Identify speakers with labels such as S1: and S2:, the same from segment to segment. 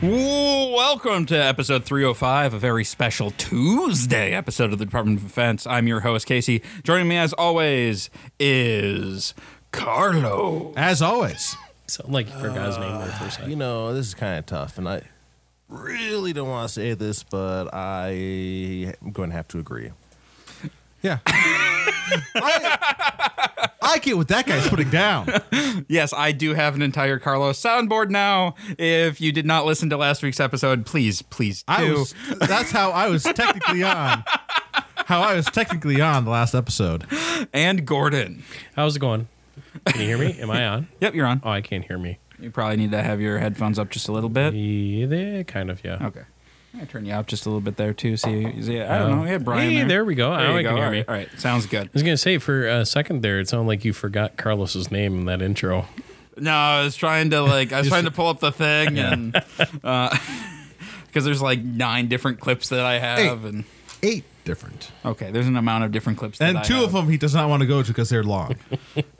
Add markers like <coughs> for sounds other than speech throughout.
S1: Welcome to episode 305, a very special Tuesday episode of the Department of Defense. I'm your host, Casey. Joining me, as always, is Carlo.
S2: As always.
S3: Sound like you forgot his name there for a second.
S4: Uh, You know, this is kind of tough, and I really don't want to say this, but I am going to have to agree.
S2: Yeah. I, I get what that guy's putting down.
S1: Yes, I do have an entire Carlo soundboard now. If you did not listen to last week's episode, please, please
S2: I
S1: do.
S2: was, that's how I was technically on. How I was technically on the last episode.
S1: And Gordon.
S3: How's it going? Can you hear me? Am I on?
S1: Yep, you're on.
S3: Oh, I can't hear me.
S1: You probably need to have your headphones up just a little bit.
S3: Yeah, there, kind of, yeah.
S1: Okay. I turn you up just a little bit there too. See, see I don't know. Yeah, Brian.
S3: Hey, there we go. Now
S1: you
S3: I can
S1: go.
S3: hear
S1: All right,
S3: me.
S1: All right, sounds good.
S3: I was gonna say for a second there, it sounded like you forgot Carlos's name in that intro.
S1: No, I was trying to like I was trying to pull up the thing and <laughs> because there's like nine different clips that I have and
S2: Eight different.
S1: okay, there's an amount of different clips. That
S2: And
S1: I
S2: two of
S1: have.
S2: them he does not want to go to because they're long.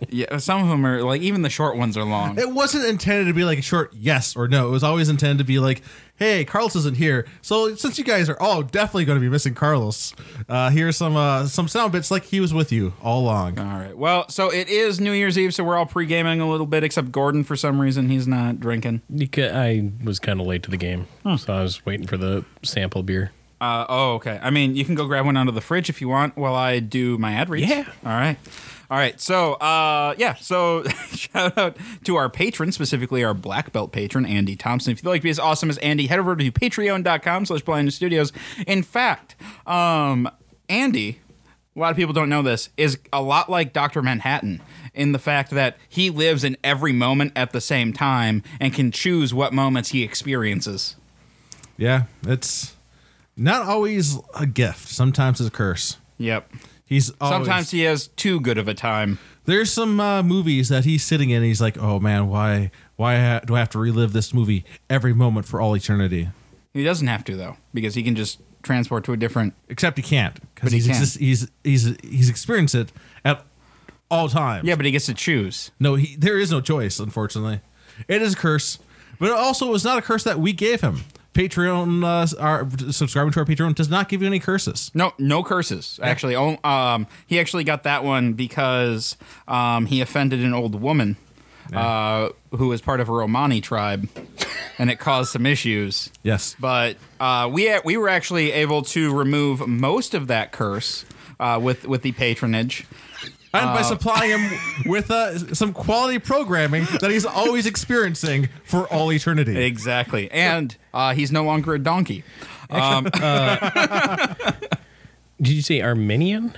S1: Yeah, some of them are like even the short ones are long.
S2: <laughs> It wasn't intended to be like a short yes or no. It was always intended to be like, hey, Carlos isn't here. So since you guys are all definitely going to be missing Carlos, uh, here's some uh, some sound bits like he was with you all along.
S1: All right. Well, so it is New Year's Eve, so we're all pre-gaming a little bit, except Gordon for some reason he's not drinking.
S3: Because I was kind of late to the game, so I was waiting for the sample beer.
S1: Uh, oh, okay. I mean, you can go grab one out of the fridge if you want while I do my ad reads.
S3: Yeah.
S1: All right. All right. So, uh, yeah. So, <laughs> shout out to our patron, specifically our black belt patron, Andy Thompson. If you'd like to be as awesome as Andy, head over to patreon.com slash blind studios. In fact, um, Andy, a lot of people don't know this, is a lot like Dr. Manhattan in the fact that he lives in every moment at the same time and can choose what moments he experiences.
S2: Yeah, it's not always a gift. Sometimes it's a curse.
S1: Yep.
S2: He's always,
S1: Sometimes he has too good of a time.
S2: There's some uh, movies that he's sitting in. And he's like, "Oh man, why, why ha- do I have to relive this movie every moment for all eternity?"
S1: He doesn't have to though, because he can just transport to a different.
S2: Except he can't
S1: But
S2: because
S1: he
S2: he's,
S1: can.
S2: exist- he's he's he's experienced it at all times.
S1: Yeah, but he gets to choose.
S2: No, he, there is no choice. Unfortunately, it is a curse, but it also is not a curse that we gave him. Patreon, uh, our subscribing to our Patreon does not give you any curses.
S1: No, no curses. Actually, on- um, he actually got that one because um, he offended an old woman uh, who was part of a Romani tribe, and it caused some issues.
S2: Yes,
S1: But uh, we we were actually able to remove most of that curse uh, with with the patronage.
S2: and by supplying him with uh, some quality programming that he's always experiencing for all eternity.
S1: Exactly, and uh, he's no longer a donkey. Um,
S3: Did you say Armenian?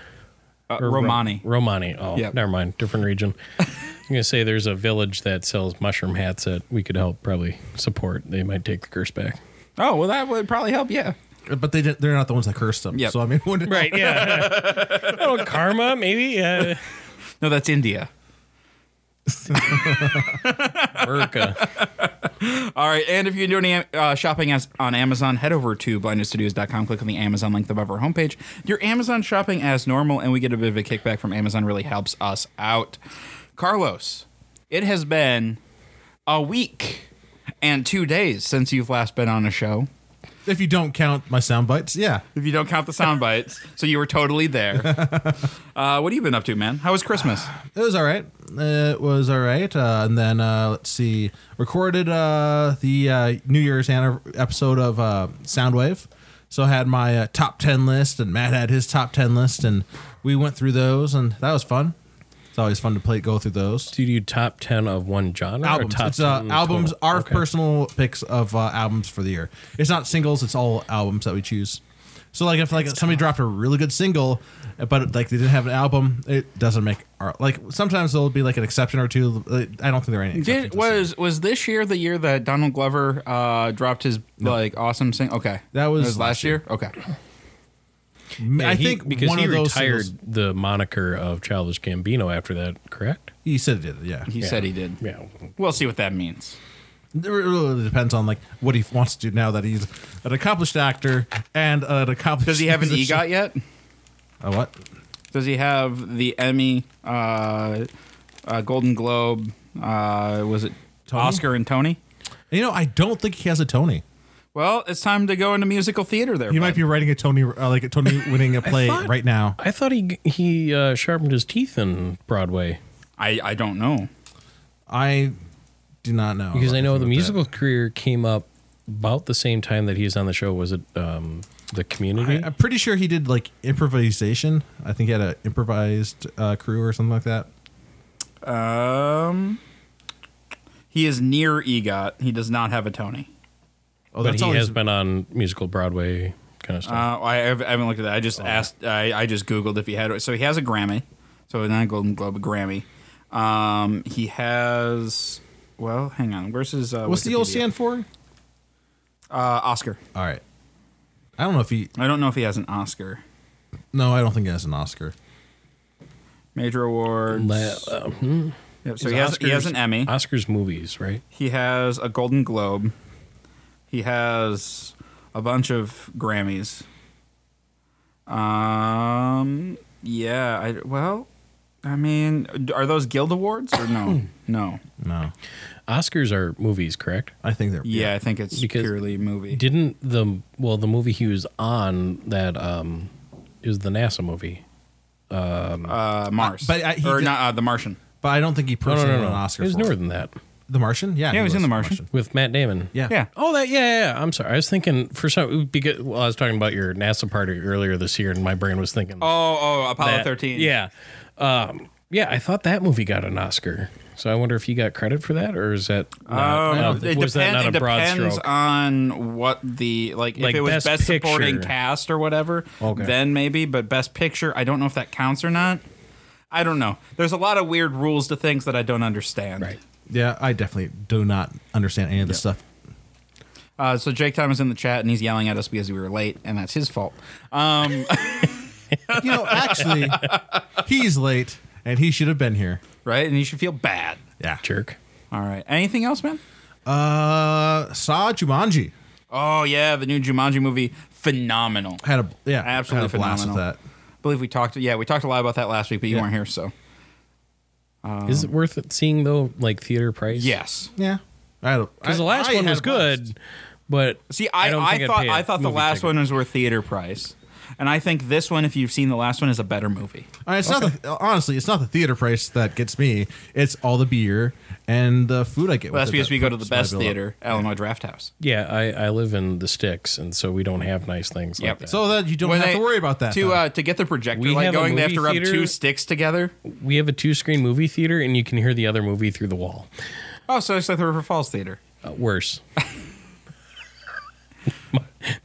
S1: uh,
S3: Or Ro-
S1: Romani.
S3: Romani. Oh,
S1: Yep.
S3: never mind. Different region. I'm gonna say there's a village that sells mushroom hats that we could help probably support. They might take the curse back.
S1: Oh well, that would probably help. Yeah.
S2: But they didn't, they're not the ones that cursed him.
S1: Yep.
S2: So I mean, <laughs> when,
S3: Right. Yeah. <laughs> oh, karma maybe. Uh,
S1: No, that's India.
S3: Burka.
S1: All right, and if you're doing any uh, shopping as, on Amazon, head over to blindnessstudios.com, click on the Amazon link above our homepage. Your Amazon shopping as normal, and we get a bit of a kickback from Amazon, really helps us out. Carlos, it has been a week and two days since you've last been on a show.
S2: if you don't count my sound bites, yeah,
S1: If you don't count the sound bites, so you were totally there. Uh, what have you been up to, man? How was Christmas?
S2: it was all right. It was all right. Uh, and then uh, let's see, recorded uh, the uh, New Year's anniv- episode of uh, Soundwave. So I had my uh, top ten list, and Matt had his top ten list, and we went through those, and that was fun. It's always fun to play go through those
S3: Do you do top ten of one genre? or
S2: albums.
S3: top
S2: It's uh,
S3: 10
S2: albums,
S3: total?
S2: our
S3: Okay.
S2: personal picks of uh, albums for the year. It's not singles; it's all albums that we choose. So, like, if like somebody dropped a really good single, uh, but like they didn't have an album, it doesn't make our like. Sometimes there'll be like an exception or two. Like, I don't think there are any.
S1: Did,
S2: exceptions this year.
S1: was was this year the year that Donald Glover uh, dropped his like awesome sing? Okay,
S2: That
S1: last,
S2: was last
S1: year. Okay,
S2: I
S3: Yeah, he-
S2: think
S3: because
S2: one
S3: he
S2: of those
S3: retired
S2: singles-
S3: the moniker of Childish Gambino after that, correct?
S2: he said it did. Yeah,
S1: He said he did.
S3: Yeah.
S1: We'll see what that means.
S2: it really depends on like what he wants to do now that he's an accomplished actor and an accomplished. <laughs>
S1: Does he have an E
S2: musician.
S1: EGOT yet?
S2: A what?
S1: Does he have the Emmy, uh, uh, Golden Globe? Uh, was it
S2: Tony?
S1: Oscar and Tony?
S2: You know, I don't think he has a Tony.
S1: Well, it's time to go into musical theater. There,
S2: He
S1: bud.
S2: might be writing a Tony, uh, like a Tony
S1: <laughs>
S2: winning a play
S3: thought-
S2: right now.
S3: I thought he he uh, sharpened his teeth in Broadway
S1: I, I don't know.
S2: I do not know
S3: because I know
S2: about
S3: the
S2: that.
S3: musical career came up about the same time that he was on the show. Was it um, the
S2: I,
S3: Community?
S2: I'm pretty sure he did like improvisation. I think he had an improvised uh, crew or something like that.
S1: Um, he is near E EGOT. He does not have a Tony.
S2: Oh,
S3: but
S2: that's
S3: he
S2: always
S3: has been on musical Broadway kind of
S1: Uh,
S3: stuff.
S1: I, hav- I haven't looked at that. I
S2: Oh,
S1: just asked. I, I just googled if he had. So he has a Grammy. So not a Golden Globe, a Grammy. Um, he has. Well, hang on. Where's his? Uh,
S2: What's the old
S1: Wikipedia?
S2: stand for?
S1: Uh, Oscar.
S2: All right. I don't know if he.
S1: I don't know if he has an Oscar.
S2: No, I don't think he has an Oscar.
S1: Major awards.
S3: Le- uh,
S1: Yep, so
S3: his
S1: he has, he has
S3: Oscars-
S1: an Emmy.
S3: Oscars movies, right?
S1: He has a Golden Globe. He has a bunch of Grammys. Um. Yeah. I, well, I mean, are those Guild Awards or
S2: <clears throat>
S1: no? no.
S2: No,
S3: Oscars are movies, correct?
S2: I think they're.
S1: Yeah, I think it's
S3: Because-
S1: purely movie.
S3: Didn't the well the movie he was on that um is the NASA movie?
S1: uh, Mars.
S2: But I- he
S1: or
S2: did-
S1: not uh, the Martian.
S2: but I don't think he
S3: No, no,
S2: personally
S3: no,
S2: won
S3: no.
S2: an Oscar.
S3: it was
S2: for
S3: newer than that
S2: The Martian. Yeah,
S1: Yeah, he was in The Martian.
S3: with Matt Damon.
S2: Yeah.
S1: Yeah.
S3: Oh, that yeah, yeah, yeah. I'm sorry. I was thinking for some because well, I was talking about your NASA party earlier this year, and my brain was thinking
S1: Oh, oh, Apollo
S3: that-
S1: thirteen.
S3: Yeah, um, yeah. I thought that movie got an Oscar, so I wonder if he got credit for that, or is that not,
S1: Oh,
S3: uh,
S1: it,
S3: was that
S1: depend-
S3: not
S1: it
S3: a broad
S1: depends
S3: stroke?
S1: on what the like,
S3: Like,
S1: if it was
S3: best
S1: best, supporting
S3: picture.
S1: cast or whatever,
S3: Okay.
S1: then maybe. But best picture, I don't know if that counts or not. I don't know. There's a lot of weird rules to things that I don't understand.
S3: right.
S2: Yeah, I definitely do not understand any of this stuff.
S1: Uh, so Jake Thomas in the chat and he's yelling at us because we were late, and that's his fault. Um,
S2: You
S1: <laughs>
S2: know, actually, he's late and he should have been here.
S1: right? And you should feel bad.
S2: Yeah.
S3: Jerk.
S1: All right. Anything else, man?
S2: Uh, saw Jumanji.
S1: Oh yeah, the new Jumanji movie, phenomenal.
S2: Had a yeah,
S1: Absolutely
S2: had a blast with
S1: phenomenal.
S2: that.
S1: I believe we talked. Yeah, we talked a lot about that last week, but you
S2: Yeah.
S1: weren't here, so Um,
S3: is it worth it seeing though? Like theater price?
S1: yes.
S2: Yeah. I had a-
S3: because the
S2: I-
S3: last
S2: I
S3: one
S2: had
S3: was
S2: a blast.
S3: good, but
S1: See, I,
S3: don't
S1: I,
S3: think I'd
S1: thought
S3: pay a
S1: I thought the
S3: movie
S1: last
S3: ticket.
S1: one was worth theater price, and I think this one, if you've seen the last one, is a better movie.
S2: Uh, it's not the, honestly, it's not the theater price that gets me. It's all the beer and the food I get.
S1: Well, that's
S2: with it
S1: because
S2: that
S1: we go to the
S2: puts my
S1: best
S2: bill up.
S1: theater, Alamo Draft House.
S3: Yeah, I, I live in the sticks, and so we don't have nice things
S1: Yep.
S3: like that.
S2: so that you don't have
S1: they-
S2: to worry about that.
S1: To
S2: though.
S1: uh, to get the projector
S3: We
S1: light
S3: have a
S1: going, they have to
S3: movie
S1: rub
S3: theater-
S1: two sticks together.
S3: we have a two-screen movie theater, and you can hear the other movie through the wall.
S1: Oh, so it's like the River Falls Theater.
S3: Uh, worse.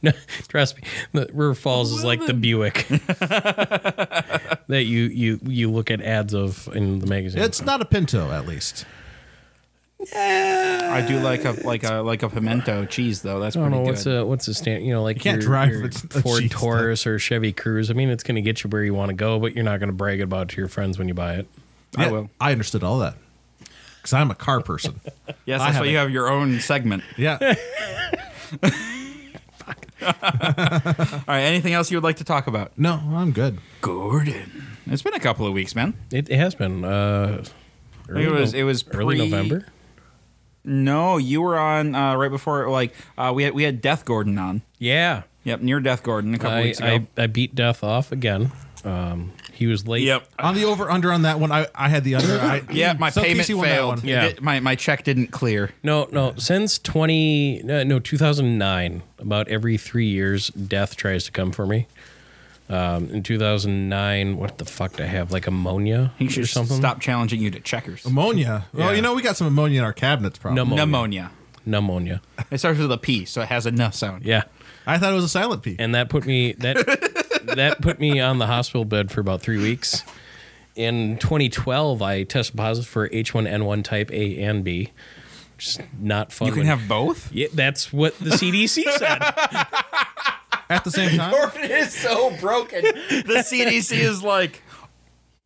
S3: no, trust me, the River Falls is like
S1: <laughs>
S3: the Buick that you you you look at ads of in the magazine.
S2: it's not a Pinto, at least.
S1: I do like a like a like a pimento cheese though. That's
S3: I
S1: pretty
S3: don't know
S1: good.
S3: what's a what's a stand. You know, like you
S2: can't drive if it's a
S3: Ford
S2: cheese
S3: Taurus or Chevy Cruze. I mean, it's going to get you where you want to go, but you're not going to brag about it to your friends when you buy it.
S1: I
S2: Yeah,
S1: will.
S2: I understood all that because I'm a car
S1: <laughs>
S2: person.
S1: Yes,
S2: I
S1: that's
S2: have
S1: why
S2: it.
S1: you have your own segment.
S2: yeah.
S1: All right. Anything else you would like to talk about,
S2: No, I'm good.
S1: Gordon? It's been a couple of weeks, man.
S3: It, it has been. Uh, early
S1: it was-
S3: Nov-
S1: it was
S3: early
S1: pre-
S3: November.
S1: No, you were on uh, right before like uh, we had we had Death Gordon on.
S3: Yeah,
S1: Yep, near Death Gordon a couple
S3: I,
S1: weeks ago.
S3: I I beat Death off again. Um, he was late.
S1: yep.
S2: On the over under on that one, I, I had the under. I,
S1: Yeah,
S3: Hmm.
S1: my
S2: so
S1: payment
S2: Casey won that
S1: failed.
S2: one.
S3: Yeah.
S1: It- my, my check didn't clear.
S3: No, no. Since twenty, no, no, two thousand nine. About every three years, death tries to come for me. Um, in two thousand nine, what the fuck did I have? Like ammonia
S1: He
S3: or
S1: should
S3: something?
S1: stop challenging you to checkers.
S2: Ammonia. Well,
S3: Yeah.
S2: you know we got some ammonia in our cabinets. Probably.
S3: Pneumonia.
S1: Pneumonia.
S3: Pneumonia.
S1: It starts with a P, so it has a N sound.
S3: Yeah,
S2: I thought it was a silent P.
S3: and that put me that <laughs> that put me on the hospital bed for about three weeks. In 2012, I tested positive for H1N1 type A and B, which is not fun.
S1: You can
S3: when-
S1: have both?
S3: Yeah, that's what the CDC said.
S2: at the
S1: <laughs>
S2: same time.
S1: Jordan is so broken. <laughs> The CDC is like,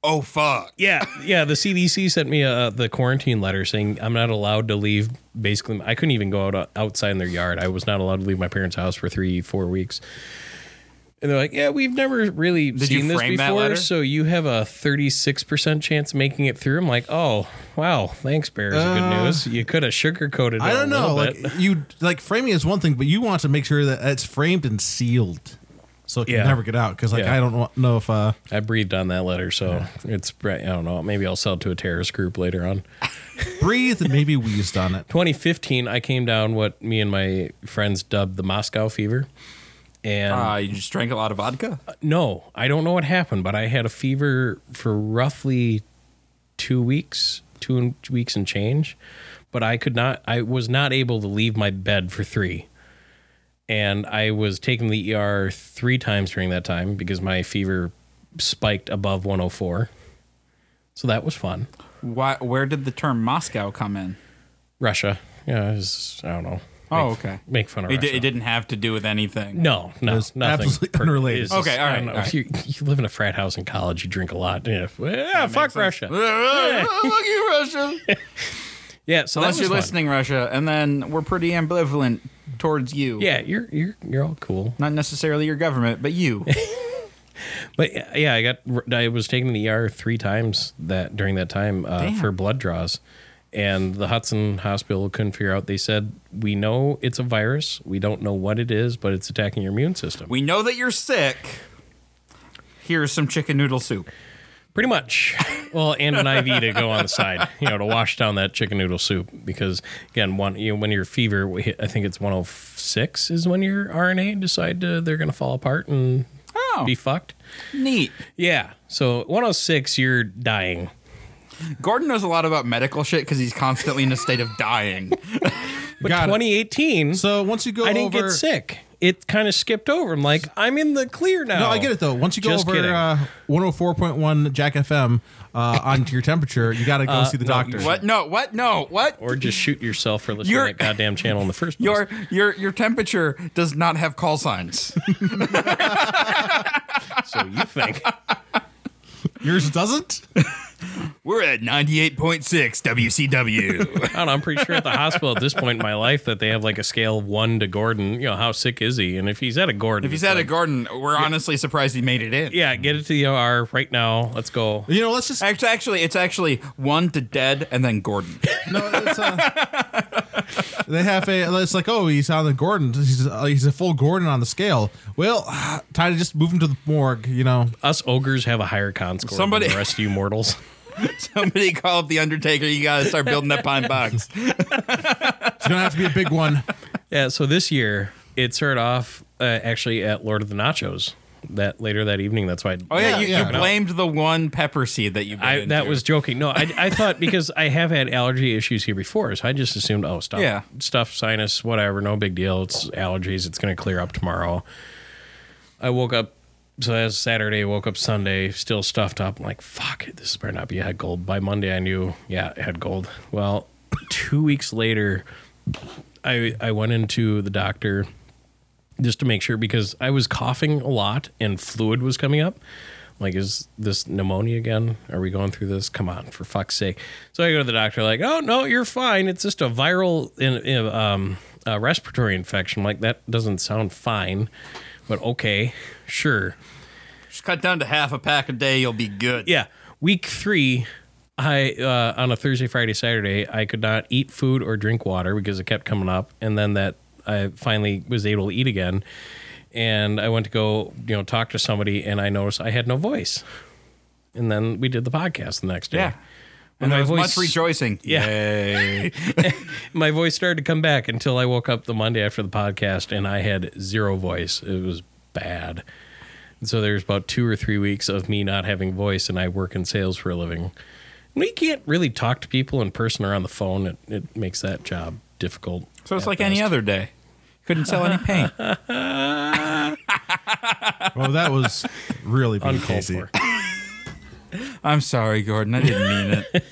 S1: oh
S3: <laughs>
S1: fuck.
S3: Yeah, yeah. The CDC sent me uh the quarantine letter saying I'm not allowed to leave. Basically, I couldn't even go out uh, outside in their yard. I was not allowed to leave my parents' house for three, four weeks. And they're like, "Yeah, we've never really
S1: you
S3: seen this
S1: frame that
S3: before,
S1: letter?
S3: so you have a 36 percent chance of making it through." I'm like, "Oh, wow, thanks, Bears. good news. You could have sugarcoated it
S2: I don't
S3: a
S2: know. Like
S3: little bit."
S2: you, like framing is one thing, but you want to make sure that it's framed and sealed, so it can
S3: Yeah.
S2: never get out. Because like
S3: Yeah.
S2: I don't wa- know if uh,
S3: I breathed on that letter, so it's I don't know. Maybe I'll sell it to a terrorist group later on.
S2: breathe and maybe wheezed on it.
S3: 2015, I came down what me and my friends dubbed the Moscow fever, and
S1: Uh, you just drank a lot of vodka.
S3: no, I don't know what happened, but I had a fever for roughly two weeks, two and- two weeks and change. But I could not, I was not able to leave my bed for three. And I was taken to the ER three times during that time because my fever spiked above 104. So that was fun.
S1: Why, where did the term Moscow come in?
S3: Russia. Yeah, it was, I don't know.
S1: Oh,
S3: Make-
S1: okay.
S3: Make fun of
S1: It,
S3: Russia.
S1: di- it didn't have to do with anything.
S3: No, no,
S2: was
S3: nothing.
S2: absolutely
S3: Per-
S2: unrelated.
S3: it's
S1: Okay, all
S3: I
S1: right,
S3: don't know.
S1: all right.
S3: You, you live in a frat house in college. You drink a lot. Yeah, Well, yeah fuck Russia.
S1: <laughs> Fuck you, Russia.
S3: Yeah, so
S1: Unless
S3: that
S1: you're
S3: was fun.
S1: listening, Russia, and then we're pretty ambivalent towards you.
S3: Yeah, you're you're you're all cool.
S1: Not necessarily your government, but <laughs> you.
S3: But yeah, I got I was taken to the ER three times that during that time uh,
S1: Damn.
S3: for blood draws, and the Hudson Hospital couldn't figure out. They said we know it's a virus. We don't know what it is, but it's attacking your immune system.
S1: we know that you're sick. Here's some chicken noodle soup.
S3: Pretty much. Well, and an IV to go on the side, you know, to wash down that chicken noodle soup. Because again, one you know, when your fever, we hit- I think it's 106 is when your RNA decide to, they're going to fall apart and
S1: Oh,
S3: be fucked.
S1: neat.
S3: Yeah. So 106, you're dying.
S1: Gordon knows a lot about medical shit because he's constantly in a state of <laughs> dying.
S3: But
S2: Got it.
S3: 2018,
S2: So once you go,
S3: I didn't
S2: over,
S3: get sick. It kind of skipped over. I'm like, I'm in the clear now.
S2: No, I get it though. Once you go
S3: Just
S2: over
S3: kidding.
S2: uh, 104.1 Jack FM uh, onto your temperature, you got to go
S3: Uh,
S2: see the doctor.
S1: what? No. What? No. What?
S3: Or just shoot yourself for listening
S1: You're-
S3: to that goddamn channel in
S2: <laughs>
S3: the first place.
S1: Your your your temperature does not have call signs.
S3: so you think.
S2: Yours doesn't?
S1: <laughs> We're at ninety eight point six WCW.
S3: I don't know. I'm pretty sure at the hospital at this point in my life that they have like a scale of one to Gordon. You know, how sick is he? And if he's at a Gordon,
S1: if he's
S3: it's
S1: at a
S3: like,
S1: garden, we're honestly surprised he made it in.
S3: yeah, get it to the OR right now. Let's go.
S2: You know, let's just
S1: Actually, actually, it's actually one to dead and then Gordon. <laughs>
S2: no. It's, uh, they have a. It's like, oh, he's on the Gordon. He's uh, he's a full Gordon on the scale. Well, <sighs> time to just move him to the morgue. You know,
S3: Us ogres have a higher con score
S1: Somebody-
S3: than the rest of
S1: <laughs>
S3: you mortals.
S1: Somebody call up the Undertaker. You gotta start building that pine box.
S2: it's gonna have to be a big one.
S3: yeah. So this year it started off uh, actually at Lord of the Nachos. That later that evening. That's why. I,
S1: Oh yeah,
S2: Yeah,
S1: you,
S2: yeah.
S1: you blamed the one pepper seed that you. bit
S3: I, that
S1: into.
S3: was joking. No, I, I thought because I have had allergy issues here before, so I just assumed, oh, stuff,
S1: Yeah.
S3: stuff, sinus, whatever, no big deal. It's allergies. It's going to clear up tomorrow. I woke up, so that's Saturday. Woke up Sunday, still stuffed up. I'm like, fuck, it, this better not be head cold. By Monday, I knew, yeah, it had gold. Well, two weeks later, I I went into the doctor just to make sure because I was coughing a lot and fluid was coming up. Like, is this pneumonia again? Are we going through this? Come on, for fuck's sake! So I go to the doctor, like, oh no, you're fine. It's just a viral in, in, um, uh, respiratory infection. Like that doesn't sound fine, but okay, sure.
S1: Just cut down to half a pack a day. You'll be good.
S3: Yeah, week three, I uh, on a Thursday, Friday, Saturday, I could not eat food or drink water because it kept coming up, and then that I finally was able to eat again, and I went to go you know talk to somebody, and I noticed I had no voice, and then we did the podcast the next day.
S1: yeah. And
S3: my
S1: there was much
S3: voice-
S1: rejoicing.
S3: Yeah.
S1: Yay.
S3: My voice started to come back until I woke up the Monday after the podcast, and I had zero voice. It was bad. And so there's about two or three weeks of me not having voice, and I work in sales for a living. And you can't really talk to people in person or on the phone. It, it makes that job difficult.
S1: So it's
S3: at
S1: like any
S3: best.
S1: other day. Couldn't sell any paint.
S2: Well, that was really big,
S3: uncalled
S2: Casey.
S3: for.
S1: I'm sorry, Gordon. I didn't mean it.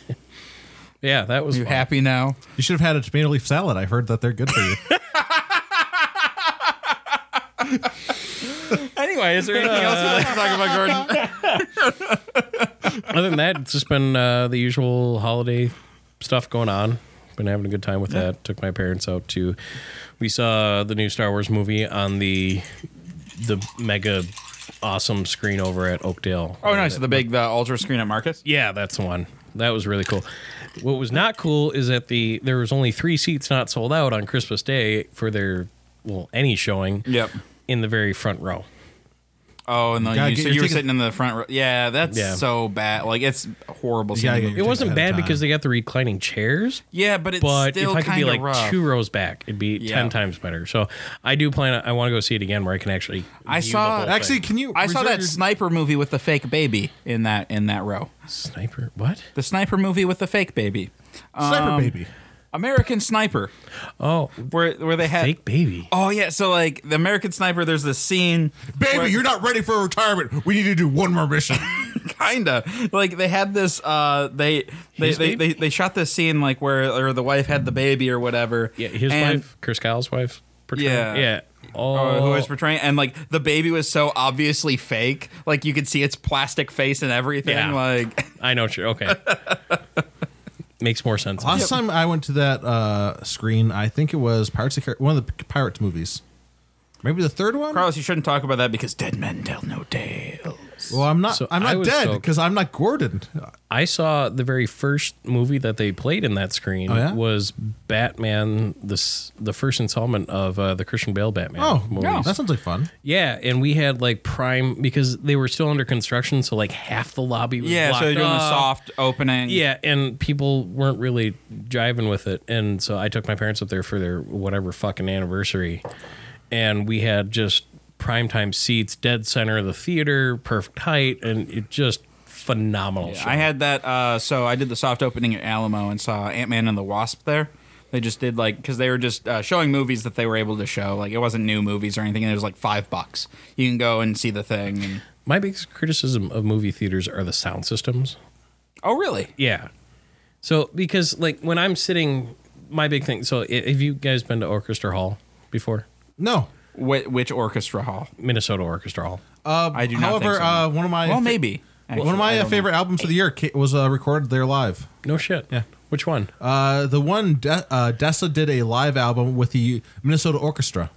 S3: Yeah, that was
S1: You
S3: fun.
S1: happy now?
S2: You should have had a tomato
S3: <laughs>
S2: leaf salad. I heard that they're good for you.
S3: anyway, is there anything else?
S1: Let's talk about Gordon.
S3: Other than that, it's just been uh, the usual holiday stuff going on. Been having a good time with that. Took my parents out to. We saw the new Star Wars movie on the the mega awesome screen over at Oakdale.
S1: Oh, nice. The big, the ultra screen at Marcus.
S3: Yeah, that's the one. That was really cool. What was not cool is that the there was only three seats not sold out on Christmas Day for their well any showing.
S1: Yep.
S3: In the very front row.
S1: Oh, and then
S2: Gotta
S1: you,
S2: get
S1: so
S2: your
S1: you were
S2: ticket-
S1: sitting in the front row. Yeah, that's
S3: Yeah.
S1: so bad. Like it's horrible.
S2: You gotta
S1: seeing
S2: get
S1: the-
S3: It
S2: Take
S3: wasn't
S2: that
S3: bad because
S2: time.
S3: they got the reclining chairs,
S1: yeah, but it's
S3: but if
S1: still
S3: I could
S1: kind
S3: be
S1: of
S3: like
S1: rough.
S3: two rows back, it'd be
S1: Yeah.
S3: ten times better. So I do plan. On, I want to go see it again where I can actually.
S1: I
S3: view
S1: saw-
S3: the whole
S2: Actually,
S3: thing.
S2: can you?
S1: I saw
S2: reserve
S1: that sniper movie with the fake baby in that in that row.
S3: sniper. What?
S1: The sniper movie with the fake baby.
S2: your sniper
S1: Um,
S2: baby.
S1: American Sniper,
S3: Oh,
S1: where where they had.
S3: fake baby.
S1: Oh yeah, so like the American Sniper, there's this scene. <laughs>
S2: Baby,
S1: where-
S2: you're not ready for retirement. We need to do one more mission.
S1: kinda like they had this uh they they
S3: His
S1: they,
S3: baby?
S1: they they shot this scene like where or the wife had the baby or whatever
S3: Yeah, his
S1: and,
S3: wife, Chris Kyle's wife. portrayed-
S1: Yeah.
S3: yeah.
S1: or
S3: Oh,
S1: who was portraying and like the baby was so obviously fake like you could see its plastic face and everything
S3: Yeah.
S1: like
S3: I know. what you're-
S1: <laughs>
S3: Okay. Makes more sense.
S2: Last time I went to that uh, screen, I think it was Pirates of Car- one of the Pirates movies. Maybe the third one.
S1: Carlos you shouldn't talk about that because dead men tell no tales
S2: Well, I'm not.
S3: So
S2: I'm
S3: I
S2: not
S3: was
S2: dead
S3: so- Uh,
S2: because I'm not Gordon.
S3: I saw the very first movie that they played in that screen
S2: Oh, yeah?
S3: was Batman, the s- the first installment of uh, the Christian Bale Batman.
S2: Oh,
S3: movies.
S2: that sounds like fun.
S3: yeah, and we had like prime because they were still under construction, so like half the lobby was
S1: yeah so
S3: blocked
S1: they're doing
S3: off.
S1: the soft opening
S3: Yeah, and people weren't really jiving with it, and so I took my parents up there for their whatever fucking anniversary, and we had just primetime seats, dead center of the theater, perfect height, and it just phenomenal. show.
S1: I had that. Uh, so I did the soft opening at Alamo and saw Ant Man and the Wasp there. They just did like because they were just uh, showing movies that they were able to show. Like it wasn't new movies or anything. And it was like five bucks. You can go and see the thing. And,
S3: My biggest criticism of movie theaters are the sound systems.
S1: oh really?
S3: Yeah. So because like when I'm sitting, my big thing. So i- have you guys been to Orchestra Hall before?
S2: No,
S1: Wh- which orchestra hall?
S3: Minnesota Orchestra Hall.
S2: uh,
S1: I do not
S2: However,
S1: think so.
S2: uh, one of my
S1: Well,
S2: fa-
S1: maybe.
S2: one of
S1: actually. I
S2: my uh,
S1: don't know.
S2: favorite albums of the year ca- was uh, recorded there live.
S3: No shit.
S2: Yeah.
S3: Which one?
S2: Uh, the one De- uh, Dessa did a live album with the Minnesota Orchestra.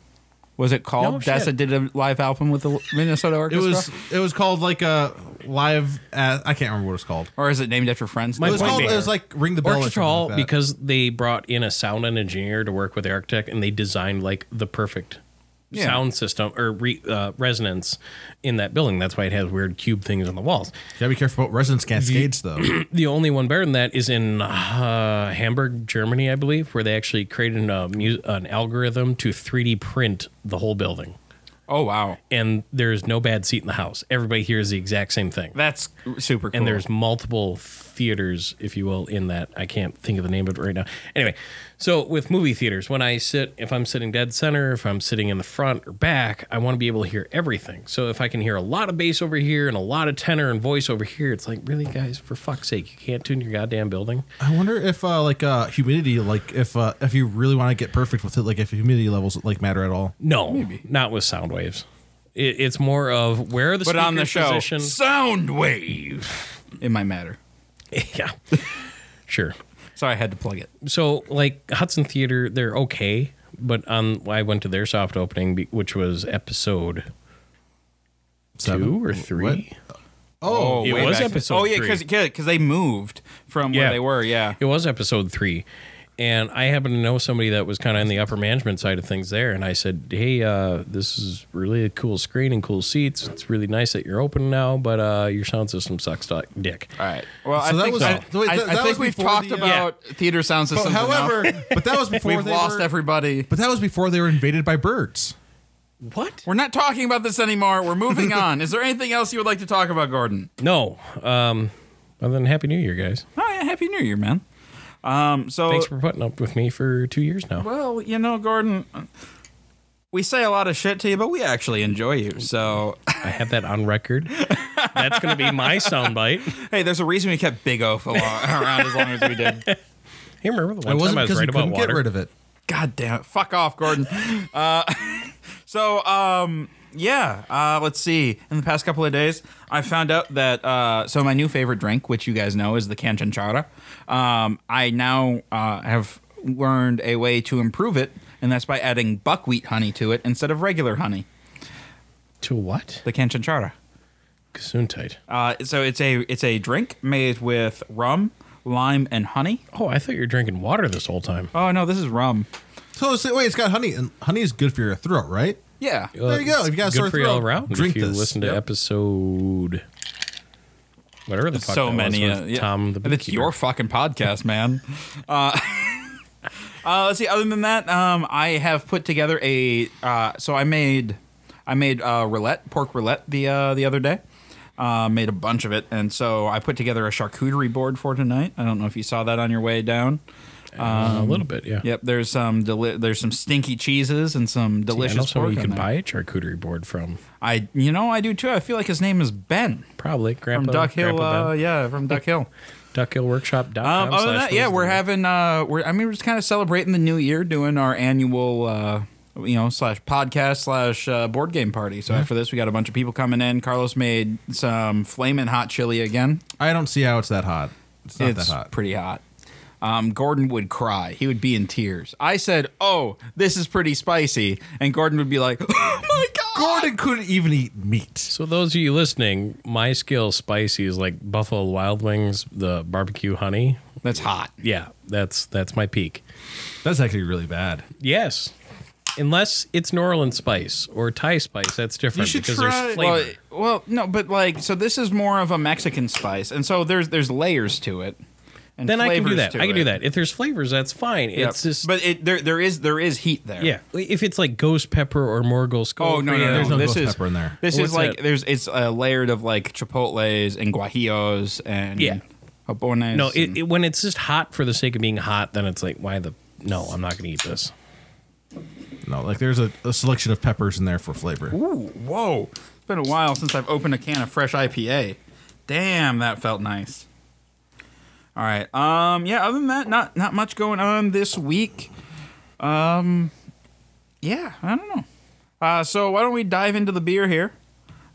S1: Was it called?
S3: No
S1: Dessa
S3: shit.
S1: did a live album with the Minnesota
S2: It
S1: Orchestra.
S2: was it was called like a live. At, I can't remember what it's called.
S1: or is it named after friends?
S3: My
S2: It was
S3: point
S2: called.
S3: being-
S2: It was like Ring the Bell. or
S3: Orchestra
S2: something
S3: Hall
S2: like that.
S3: because they brought in a sound and engineer to work with the architect, and they designed like the perfect
S1: Yeah.
S3: sound system or re, uh, resonance in that building. That's why it has weird cube things on the walls.
S2: gotta be careful about residents cascades though.
S3: <clears throat> the only one better than that is in uh, Hamburg, Germany, I believe, where they actually created a mu- an algorithm to 3D print the whole building.
S1: oh wow,
S3: And there's no bad seat in the house. Everybody hears the exact same thing.
S1: that's super cool.
S3: And there's multiple theaters, if you will, in that. I can't think of the name of it right now. Anyway, so with movie theaters, when I sit, if I'm sitting dead center, if I'm sitting in the front or back, I want to be able to hear everything. So if I can hear a lot of bass over here and a lot of tenor and voice over here, it's like, really, guys, for fuck's sake, you can't tune your goddamn building.
S2: I wonder if uh, like uh, humidity, like if uh, if you really want to get perfect with it, like if humidity levels like matter at all.
S3: No, not with sound waves. It, it's more of where are the
S1: but on the
S3: speakers
S1: show,
S3: positioned-
S1: sound wave. It might matter.
S3: <laughs> yeah, sure.
S1: So I had to plug it.
S3: So like Hudson Theater, they're okay, but on I went to their soft opening, be- which was episode two or three.
S1: Oh,
S3: It
S1: way
S3: was
S1: back.
S3: episode
S1: Oh yeah,
S3: three.
S1: because they moved from where
S3: Yeah.
S1: they were. Yeah.
S3: It was episode three. And I happen to know somebody that was kind of in the upper management side of things there. And I said, Hey, uh, this is really a cool screen and cool seats. It's really nice that you're open now, but uh, your sound system sucks, doc- dick.
S1: All right. Well,
S2: So
S1: I
S2: that
S1: think
S2: was-
S1: I,
S2: wait,
S1: I-
S2: that-
S1: I
S2: that was
S1: think we've
S2: before
S1: talked
S2: the, uh,
S1: about theater sound
S2: But
S1: systems.
S2: however,
S1: enough.
S2: but
S3: <laughs>
S2: that was before
S1: we've
S2: they
S1: lost
S2: were-
S1: everybody.
S2: But that was before they were invaded by birds.
S3: What?
S1: We're not talking about this anymore. We're
S2: <laughs>
S1: moving on. Is there anything else you would like to talk about, Gordon?
S3: No. Um, other than Happy New Year, guys.
S1: Oh, yeah, Happy New Year, man. Um. So
S3: Thanks for putting up with me for two years now.
S1: well, you know, Gordon. We say a lot of shit to you, but we actually enjoy you. So,
S3: I have that on record. That's going to be
S2: <laughs>
S3: my soundbite.
S1: hey, there's a reason we kept Big O for lo- <laughs> around as long as we did.
S3: Hey, remember the
S2: It
S3: one time
S2: wasn't
S3: I
S2: because
S3: was
S2: we
S3: right about
S2: couldn't
S3: water?
S2: get rid of it.
S1: God damn it. Fuck off, Gordon. uh, <laughs> so, um, Yeah. Uh, let's see. In the past couple of days, I found out that uh, so my new favorite drink, which you guys know, is the canchanchara. Um, I now uh, have learned a way to improve it, and that's by adding buckwheat honey to it instead of regular honey.
S3: To what?
S1: The canchanchara.
S3: Gesundheit.
S1: Uh, so it's a it's a drink made with rum, lime, and honey.
S3: Oh, I thought you were drinking water this whole time.
S1: Oh no, this is rum.
S2: So it's, wait, it's got honey, and honey is good for your throat, right?
S1: Yeah.
S2: There you go. If you got a
S3: good
S2: sore
S3: for you all
S2: throat,
S3: around.
S2: drink
S3: if you
S2: this.
S3: listen to
S2: Yep.
S3: episode whatever the fuck. that
S1: so
S3: was
S1: many.
S3: with
S1: uh, yeah.
S3: Tom the
S1: and it's
S3: Beekeeper.
S1: your fucking podcast,
S3: <laughs>
S1: man. uh, <laughs> uh, let's see. Other than that, um, I have put together a. Uh, so I made, I made uh, roulette, pork roulette the uh, the other day. Uh, made a bunch of it, and so I put together a charcuterie board for tonight. I don't know if you saw that on your way down.
S3: Uh, a
S1: um,
S3: little bit, yeah.
S1: Yep, there's some deli- there's some stinky cheeses and some
S3: And
S1: delicious
S3: also,
S1: pork.
S3: you
S1: on
S3: can
S1: there.
S3: buy a charcuterie board from
S1: I you know I do too. I feel like his name is Ben
S3: probably Grandpa
S1: from Duck Hill.
S3: Grandpa
S1: Uh,
S3: ben.
S1: yeah, from Duck Hill.
S3: <laughs> Duck Hill Workshop.
S1: Um, other than that, yeah, we're having. Uh, we're I mean, we're just kind of celebrating the new year, doing our annual, uh, you know, slash podcast slash uh, board game party. So after this, we got a bunch of people coming in. Carlos made some flaming hot chili again.
S2: I don't see how it's that hot. It's not
S1: it's
S2: that hot.
S1: pretty hot. Um, Gordon would cry. He would be in tears. I said, "Oh, this is pretty spicy," and Gordon would be like, <laughs> "Oh my god!"
S2: Gordon couldn't even eat meat.
S3: So those of you listening, my skill spicy is like Buffalo Wild Wings, the barbecue honey.
S1: That's hot.
S3: Yeah, that's that's my peak.
S2: That's actually really bad.
S3: Yes. Unless it's New Orleans spice or Thai spice, that's different
S2: should
S3: because
S2: try-
S3: there's flavor.
S1: Well, well, no, but like, so this is more of a Mexican spice, and so there's there's layers to it. And
S3: then I can do
S1: flavors
S3: that.
S1: to
S3: I can
S1: it.
S3: do that. If there's flavors, that's fine.
S1: Yep.
S3: It's just
S1: but it, there there is there is heat there.
S3: yeah. If it's like ghost pepper or Morgul skull,
S1: Oh no, no, no,
S2: There's no
S1: this
S2: ghost
S1: is
S2: pepper in there.
S1: this
S3: What's
S1: is like
S3: that?
S1: there's it's a layered of like chipotles and guajillos and
S3: Yeah.
S1: jabones.
S3: No, it,
S1: and-
S3: it, when it's just hot for the sake of being hot, then it's like, why the? No, I'm not going to eat this.
S2: No, like there's a, a selection of peppers in there for flavor.
S1: ooh, whoa! It's been a while since I've opened a can of fresh IPA. Damn, that felt nice. All right. Um. Yeah. Other than that, not not much going on this week. Um. Yeah. I don't know. Uh. So why don't we dive into the beer here?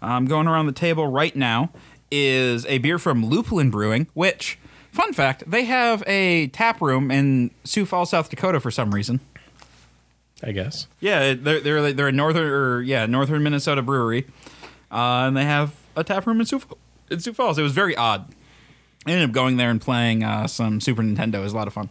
S1: um, going around the table right now is a beer from Lupulin Brewing, which, fun fact, they have a tap room in Sioux Falls, South Dakota for some reason.
S3: I guess.
S1: Yeah, they're they're they're a northern or yeah northern Minnesota brewery, uh, and they have a tap room in Sioux in Sioux Falls. It was very odd. I ended up going there and playing uh, some Super Nintendo. It was a lot of fun.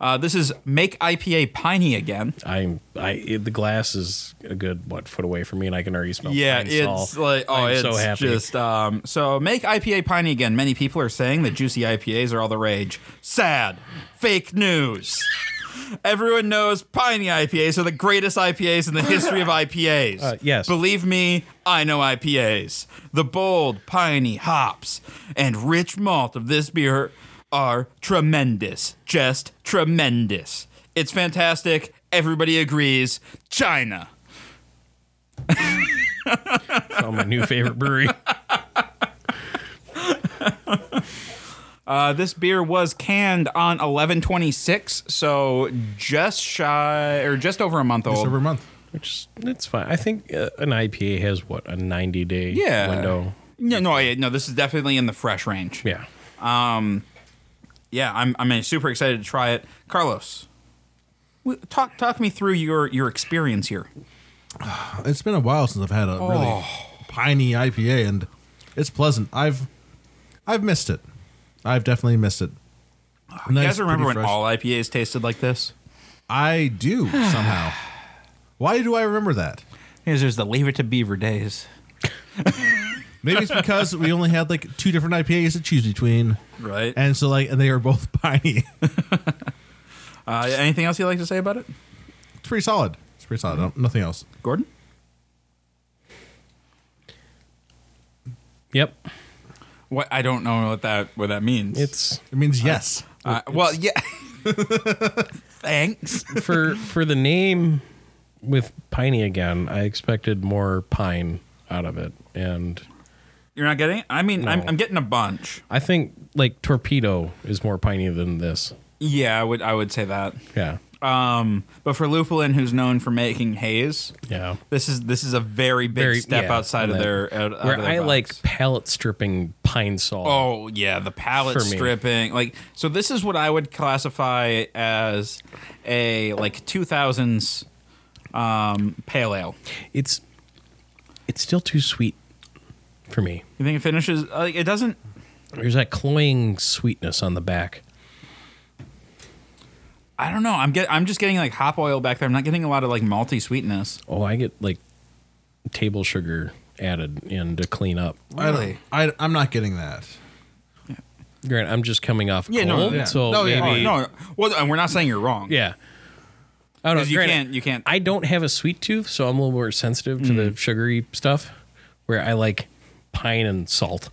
S1: Uh, this is Make IPA Piney again.
S3: I'm. I it, the glass is a good what foot away from me, and I can already smell.
S1: Yeah,
S3: pine
S1: it's
S3: sol.
S1: like oh,
S3: I'm
S1: it's
S3: so happy. <laughs>
S1: just um. So make IPA piney again. Many people are saying that juicy IPAs are all the rage. Sad, fake news. Everyone knows piney IPAs are the greatest IPAs in the history of IPAs.
S3: <laughs> Uh, yes.
S1: believe me, I know IPAs. The bold piney hops and rich malt of this beer are tremendous, just tremendous. It's fantastic. Everybody agrees. China.
S3: found my new
S1: <laughs>
S3: favorite brewery.
S1: Uh, this beer was canned on 1126, so just shy or just over a month
S2: It's
S1: old.
S2: over a month.
S3: Which is, it's fine. I think uh, an IPA has what a 90 day
S1: yeah.
S3: window.
S1: No, no, I- no. This is definitely in the fresh range.
S3: Yeah.
S1: yeah. I'm, I'm super excited to try it. Carlos, w- talk talk me through your your experience here.
S2: It's been a while since I've had a
S1: Oh.
S2: really piney IPA, and it's pleasant. I've I've missed it. I've definitely missed it.
S1: You
S2: Nice,
S1: guys remember
S2: pretty
S1: when
S2: fresh.
S1: all IPAs tasted like this?
S2: I do
S1: <sighs>
S2: somehow. Why do I remember that?
S1: Because there's the Leave It to Beaver days.
S2: Maybe it's because we only had like two different IPAs to choose between,
S1: Right.
S2: and so like and they were both <laughs> piney.
S1: Uh, anything else you'd like to say about it,
S2: It's pretty solid. It's pretty solid. No- Nothing else.
S1: Gordon?
S3: Yep.
S1: What I don't know what that what that means. <laughs>
S3: It's
S2: It means yes.
S1: uh, well, yeah. <laughs> Thanks.
S3: for for the name with piney again. I expected more pine out of it, and
S1: You're not getting it? I mean, I'm,
S3: No.
S1: I'm getting a bunch.
S3: I think like torpedo is more piney than this.
S1: Yeah, I would I would say that.
S3: Yeah.
S1: Um, but for Lupulin, who's known for making haze,
S3: Yeah.
S1: this is this is a very big
S3: Very-
S1: step
S3: yeah,
S1: outside of
S3: like-
S1: their out, out
S3: Where
S1: of their
S3: I
S1: box.
S3: like pallet stripping pine saw.
S1: Oh yeah, the pallet
S3: For me.
S1: stripping. Like so this is what I would classify as a like 2000s um pale ale.
S3: It's it's still too sweet for me.
S1: You think it finishes like it doesn't
S3: There's that cloying sweetness on the back.
S1: I don't know. I'm get I'm just getting like hop oil back there. I'm not getting a lot of like malty sweetness.
S3: Oh, I get like table sugar added in to clean up.
S2: I don't, I, I'm not getting that.
S3: Grant, I'm just coming off
S1: Yeah, no,
S3: cold,
S1: yeah.
S3: so
S2: No, yeah.
S3: maybe
S1: Oh, no, well, and we're not saying you're wrong.
S3: yeah. I don't know.
S1: because you
S3: Grant,
S1: can't. You can't. Mm.
S3: I don't have a sweet tooth, so I'm a little more sensitive to the sugary stuff where I like pine and salt.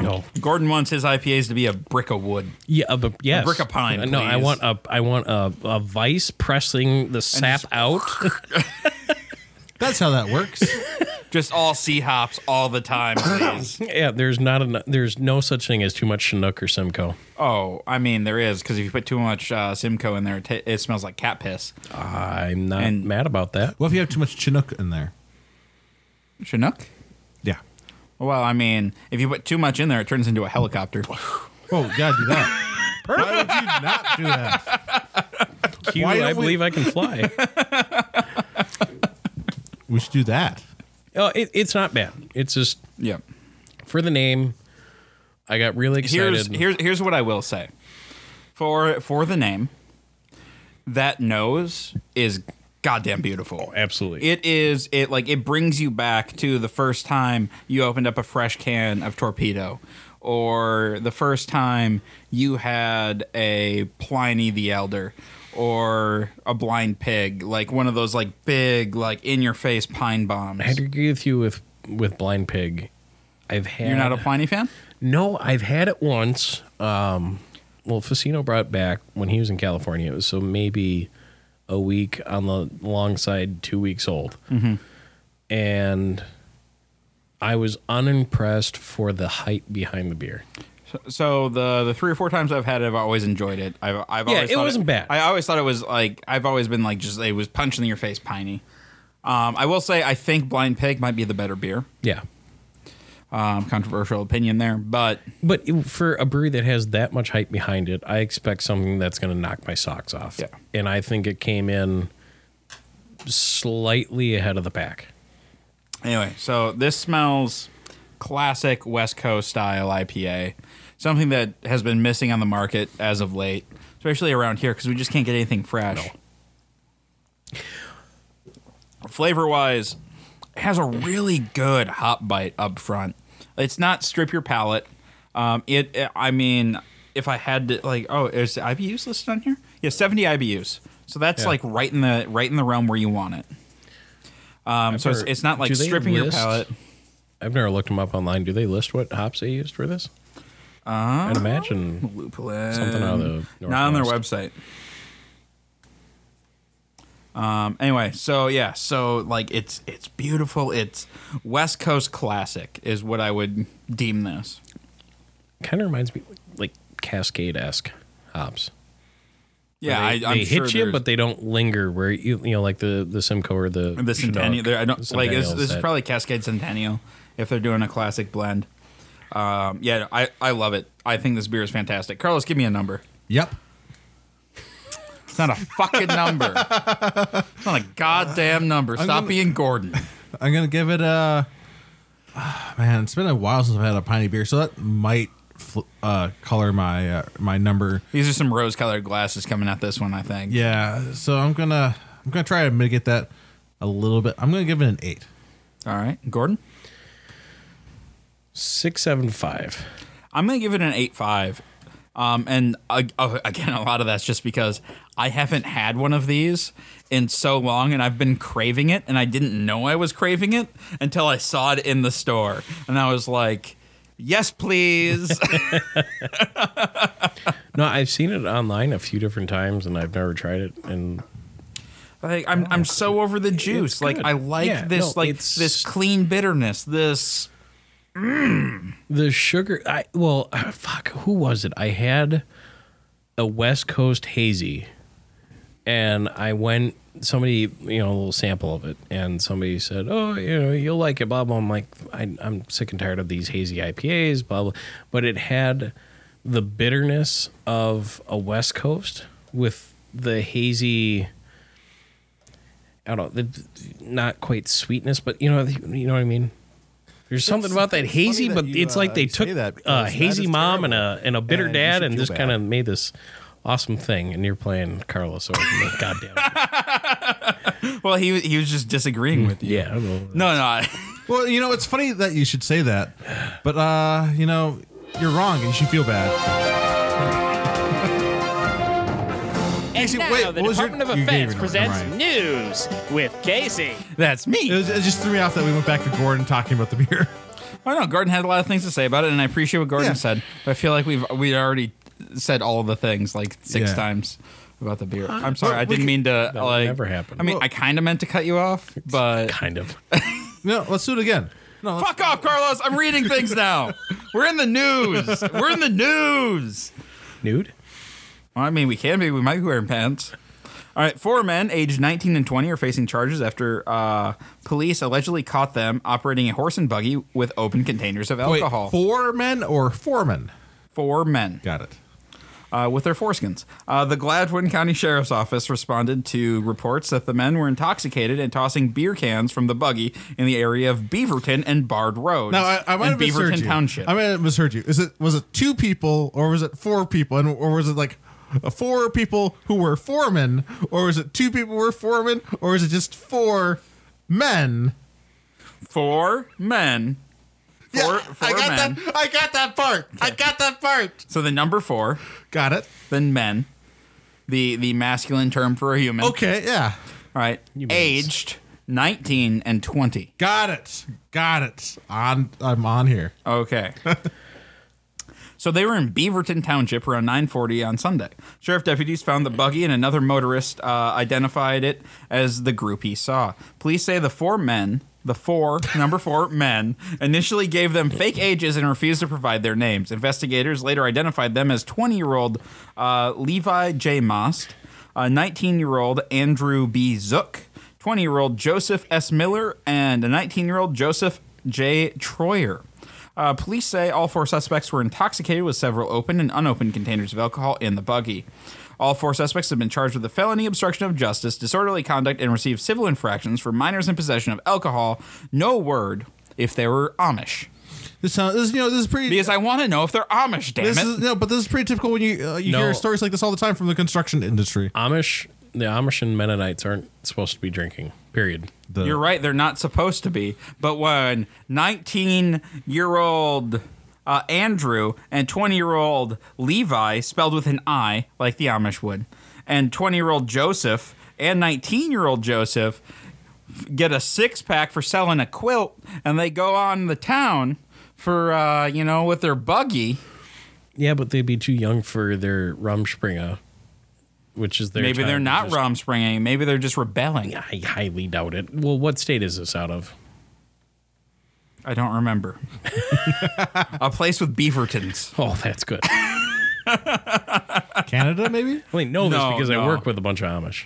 S3: No.
S1: Gordon wants his IPAs to be a brick of wood.
S3: Oh, Yeah, a, b- yes.
S1: brick of pine,
S3: No, I
S1: please.
S3: want a I want a, a vice pressing the sap
S1: <laughs>
S3: out. <laughs>
S2: That's how that works.
S1: Just all sea hops all the
S3: <coughs>
S1: time, please.
S3: yeah, there's not an, there's no such thing as too much Chinook or Simcoe.
S1: oh, I mean there is because if you put too much uh, Simcoe in there, it, ta it smells like cat piss.
S3: I'm not
S1: And-
S3: mad about that.
S2: what if you have too much Chinook in there?
S1: Chinook.
S2: Yeah.
S1: Well, I mean, if you put too much in there, it turns into a helicopter.
S2: Oh, you gotta do that. Why would you not do that?
S3: Q,
S2: Why don't
S3: I
S2: we-
S3: believe I
S1: <laughs>
S3: can fly.
S2: We should do that.
S3: oh, it, it's not bad. It's just
S1: yeah.
S3: for the name. I got really excited.
S1: Here's here's here's what I will say. For for the name, that nose is goddamn beautiful.
S3: Oh, absolutely.
S1: It is it like it brings you back to the first time you opened up a fresh can of torpedo or the first time you had a Pliny the Elder or a blind pig, like one of those like big, like in your face pine bombs.
S3: I had to agree with you with with Blind Pig. I've had
S1: You're not a Pliny fan?
S3: no. I've had it once. Um, well, Facino brought it back when he was in California. It was so maybe a week on the long side, two weeks old,
S1: Mm-hmm.
S3: and I was unimpressed for the height behind the beer.
S1: So the the three or four times I've had it, I've always enjoyed it. I've, I've
S3: Yeah,
S1: always
S3: it
S1: thought
S3: wasn't bad.
S1: I always thought it was like I've always been like just it was punching in your face, piney. Um, I will say I think Blind Pig might be the better beer.
S3: Yeah,
S1: Um, controversial opinion there, but
S3: but it- for a brewery that has that much hype behind it, I expect something that's going to knock my socks off.
S1: Yeah.
S3: and I think it came in slightly ahead of the pack.
S1: anyway. So this smells classic West Coast style IPA, something that has been missing on the market as of late, especially around here because we just can't get anything fresh. Flavor wise, it has a really good hop bite up front. It's not strip your palate. Um, it, I mean, if I had to, like, oh, is the IBUs listed on here? Yeah, seventy IBUs. So that's
S3: Yeah.
S1: like right in the right in the realm where you want it. Um, so it's,
S3: heard-
S1: it's not like
S3: do they
S1: stripping your
S3: list-
S1: palate.
S3: I've never looked them up online. Do they list what hops they used for this?
S1: Uh-huh.
S3: Uh, I'd imagine
S1: Lupulin.
S3: Something out of the
S1: not on their website. Um. Anyway, so yeah, so like it's it's beautiful. It's West Coast classic is what I would deem this.
S3: kind of reminds me like Cascade esque hops.
S1: Yeah,
S3: they,
S1: I, I'm
S3: they
S1: sure
S3: hit you,
S1: there's-
S3: but they don't linger. Where you you know like the the Simcoe or the
S1: the centennial.
S3: Chinook,
S1: There, I don't like this.
S3: Centennials
S1: This is
S3: that-
S1: probably Cascade Centennial if they're doing a classic blend. Um. Yeah, I I love it. I think this beer is fantastic. Carlos, give me a number.
S2: Yep.
S1: It's not a fucking number. It's not a goddamn number. Stop
S2: gonna-
S1: being Gordon.
S2: I'm gonna give it a. ah, man, it's been a while since I've had a piney beer, so that might fl- uh, color my uh, my number.
S1: These are some rose-colored glasses coming at this one, I think.
S2: Yeah, so I'm gonna I'm gonna try to mitigate that a little bit. I'm gonna give it an eight.
S1: All right, Gordon.
S3: six seven five.
S1: I'm gonna give it an eight-five, um, and uh, uh, again, <laughs> a lot of that's just because I haven't had one of these in so long, and I've been craving it, and I didn't know I was craving it until I saw it in the store, and I was like. Yes,
S3: <laughs>
S1: please. <laughs>
S3: No, I've seen it online a few different times, and I've never tried it. And
S1: like, I'm, I'm so over the juice. Like
S3: good.
S1: I like
S3: Yeah,
S1: this,
S3: no,
S1: like
S3: it's-
S1: this clean bitterness. This
S3: the sugar, I well, fuck, who was it? I had a West Coast hazy, and I went. Somebody, you know, a little sample of it, and somebody said, "Oh, you know, you'll like it." Blah blah. I'm like, I, I'm sick and tired of these hazy IPAs. Blah blah. But it had the bitterness of a West Coast with the hazy. I don't know, the, not quite sweetness, but you know, you know what I mean. There's something about that hazy,
S4: that
S3: but
S4: you,
S3: it's like
S4: uh,
S3: they
S4: you say
S3: took
S4: that
S3: a
S4: because that
S3: hazy
S4: is
S3: mom and
S4: terrible.
S3: a Uh, and a bitter
S4: And you
S3: dad
S4: should
S3: and
S4: feel
S3: just
S4: bad.
S3: kind of made this awesome thing. And you're playing Carlos over me.
S1: <laughs>
S3: Goddamn. it.
S1: Well, he was- he was just disagreeing with you.
S3: Hmm. Yeah. well,
S1: No, no.
S2: Well, you know, it's funny that you should say that, but uh, you know, you're wrong, and you should feel bad.
S5: And now
S2: wait,
S5: the
S2: what was your-
S5: Department of
S2: you gave
S5: Defense
S2: it-
S5: presents
S2: never mind.
S5: news with Casey.
S1: That's me. <laughs>
S2: It, was, it just threw me off that we went back to Gordon talking about the beer. <laughs>
S1: I know Gordon had a lot of things to say about it, and I appreciate what Gordon
S2: Yeah.
S1: said. But I feel like we've we already said all the things like six
S2: Yeah.
S1: times about the beer. I'm sorry,
S2: Uh, Well,
S1: I
S2: we
S1: didn't
S2: could-
S1: mean to.
S3: That'll
S1: like,
S3: never happen.
S1: I mean,
S2: Well-
S1: I kind of meant to cut you off, but
S3: Kind of.
S2: No, let's do it again. No, let's-
S1: fuck off, Carlos. I'm reading things
S2: <laughs>
S1: now. We're in the news. We're in the news.
S3: Nude.
S1: Well, I mean, we can be. We might be wearing pants. All right, four men aged 19 and 20 are facing charges after uh, police allegedly caught them operating a horse and buggy with open containers of
S2: wait,
S1: alcohol.
S2: four men or four men?
S1: four men.
S2: Got it.
S1: uh, with their foreskins. Uh, the Gladwin County Sheriff's Office responded to reports that the men were intoxicated and tossing beer cans from the buggy in the area of Beaverton and Bard Road.
S2: Now I, I might have
S1: and
S2: misheard
S1: Beaverton
S2: you.
S1: Township.
S2: I might have misheard you. Is it was it two people or was it four people and or was it like four people who were foremen or was it two people who were foremen or was it just four men?
S1: four men. Four, four
S2: I got
S1: men.
S2: that. I got that part. I got that part.
S1: So the number four,
S2: Got it.
S1: then men, the the masculine term for a human.
S2: Okay. Yeah.
S1: All right. Aged 19 and 20.
S2: Got it. Got it. On. I'm on here.
S1: Okay. <laughs> so they were in Beaverton Township around 9:40 on Sunday. Sheriff deputies found the buggy, and another motorist uh, identified it as the group he saw. Police say the four men, the four number four <laughs> men, initially gave them fake ages and refused to provide their names. Investigators later identified them as 20-year-old uh, Levi J. Most, 19-year-old Andrew B. Zook. 20 year old Joseph S. Miller and a 19 year old Joseph J. Troyer. Uh, police say all four suspects were intoxicated with several open and unopened containers of alcohol in the buggy. All four suspects have been charged with a felony obstruction of justice, disorderly conduct, and received civil infractions for minors in possession of alcohol. No word if they were Amish.
S2: This sounds. This you know. This is pretty.
S1: Because I want to know if they're Amish, damn
S2: this
S1: it.
S2: is no, but this is pretty typical when you uh, you
S3: No.
S2: hear stories like this all the time from the construction industry.
S3: Amish. The Amish and Mennonites aren't supposed to be drinking. Period.
S2: The-
S1: You're right. They're not supposed to be. But when 19 year old uh, Andrew and 20 year old Levi, spelled with an I, like the Amish would, and 20 year old Joseph and 19 year old Joseph f- get a six pack for selling a quilt and they go on the town for, uh, you know, with their buggy.
S3: Yeah, but they'd be too young for their Rumspringa, which is their.
S1: Maybe
S3: time
S1: they're
S3: to
S1: not
S3: just-
S1: rum springing. Maybe they're just rebelling.
S3: I highly doubt it. Well, what state is this out of? <laughs>
S1: I don't remember. a place with Beavertons.
S3: Oh, that's good. I
S2: Canada, maybe.
S3: only know
S1: No,
S3: this because
S1: no.
S3: I work with a bunch of Amish.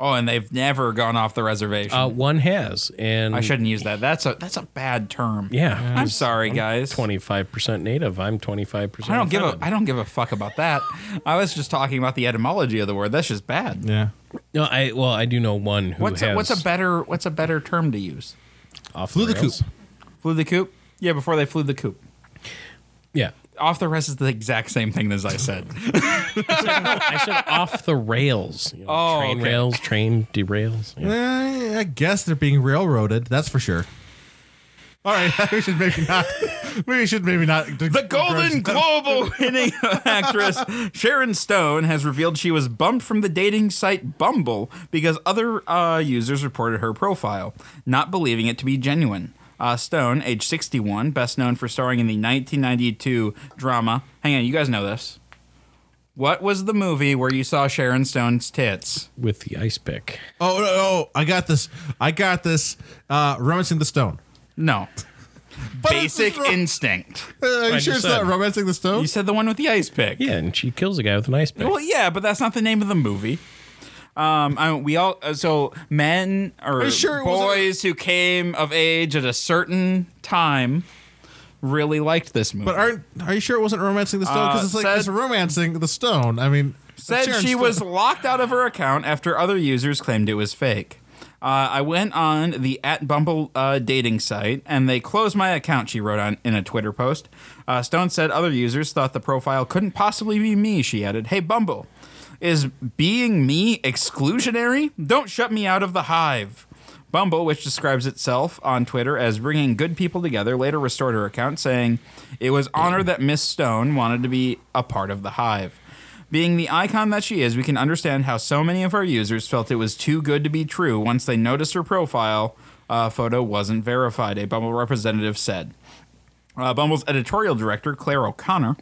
S1: Oh, and they've never gone off the reservation.
S3: Uh, one has, and
S1: I shouldn't use that. That's a that's a bad term.
S3: Mm. Yeah,
S1: I'm sorry, guys.
S3: Twenty five percent native. I'm twenty five percent.
S1: I don't give a I don't give a fuck about that. I was just talking about the etymology of the word. That's just bad.
S2: Yeah.
S3: No, I well, I do know one who
S1: What's a,
S3: has.
S1: what's a better what's a better term to use?
S3: off
S2: Flew the coop.
S3: rails.
S1: Flew the coop? Yeah, before they flew the coop.
S3: Yeah,
S1: Off the rest is the exact same thing as I said.
S3: I
S1: <laughs>
S3: said off the rails. You know,
S1: Oh,
S3: train
S1: okay.
S3: rails, train derails. Yeah.
S2: Eh, I guess they're being railroaded. That's for sure. All right, <laughs> we should maybe not. We should maybe not.
S1: The Golden Globe <laughs> winning actress Sharon Stone has revealed she was bumped from the dating site Bumble because other uh, users reported her profile, not believing it to be genuine. Uh, Stone, age 61, best known for starring in the 1992 drama. Hang on, you guys know this. What was the movie where you saw Sharon Stone's tits?
S3: With the ice pick.
S2: Oh no! Oh, I got this. I got this. Uh, rummaging the stone.
S1: No.
S2: But it's
S1: Basic
S2: just ro-
S1: Instinct.
S2: Uh, Are you sure
S3: I
S2: it's
S3: just
S2: not
S3: said.
S2: romancing the stone?
S1: You said the one with the ice pick.
S3: Yeah, and she kills a guy with an ice pick.
S1: Well, yeah, but that's not the name of the movie. Um, I, we all uh, so men or
S2: you sure it wasn't
S1: boys who came of age at a certain time really liked this movie.
S2: But aren't are you sure it wasn't romancing the stone? Because
S1: Uh,
S2: it's like
S1: said-
S2: it's romancing the stone. I mean, it's
S1: said
S2: Sharon
S1: she
S2: Stone.
S1: was locked out of her account after other users claimed it was fake. Uh, I went on the at Bumble uh, dating site and they closed my account. She wrote on in a Twitter post. Uh, Stone said other users thought the profile couldn't possibly be me. She added, "Hey Bumble, is being me exclusionary? Don't shut me out of the hive." Bumble, which describes itself on Twitter as bringing good people together, later restored her account, saying it was honor that Miss Stone wanted to be a part of the hive. Being the icon that she is, we can understand how so many of our users felt it was too good to be true once they noticed her profile uh, photo wasn't verified, a Bumble representative said. Uh, Bumble's editorial director, Claire O'Connor,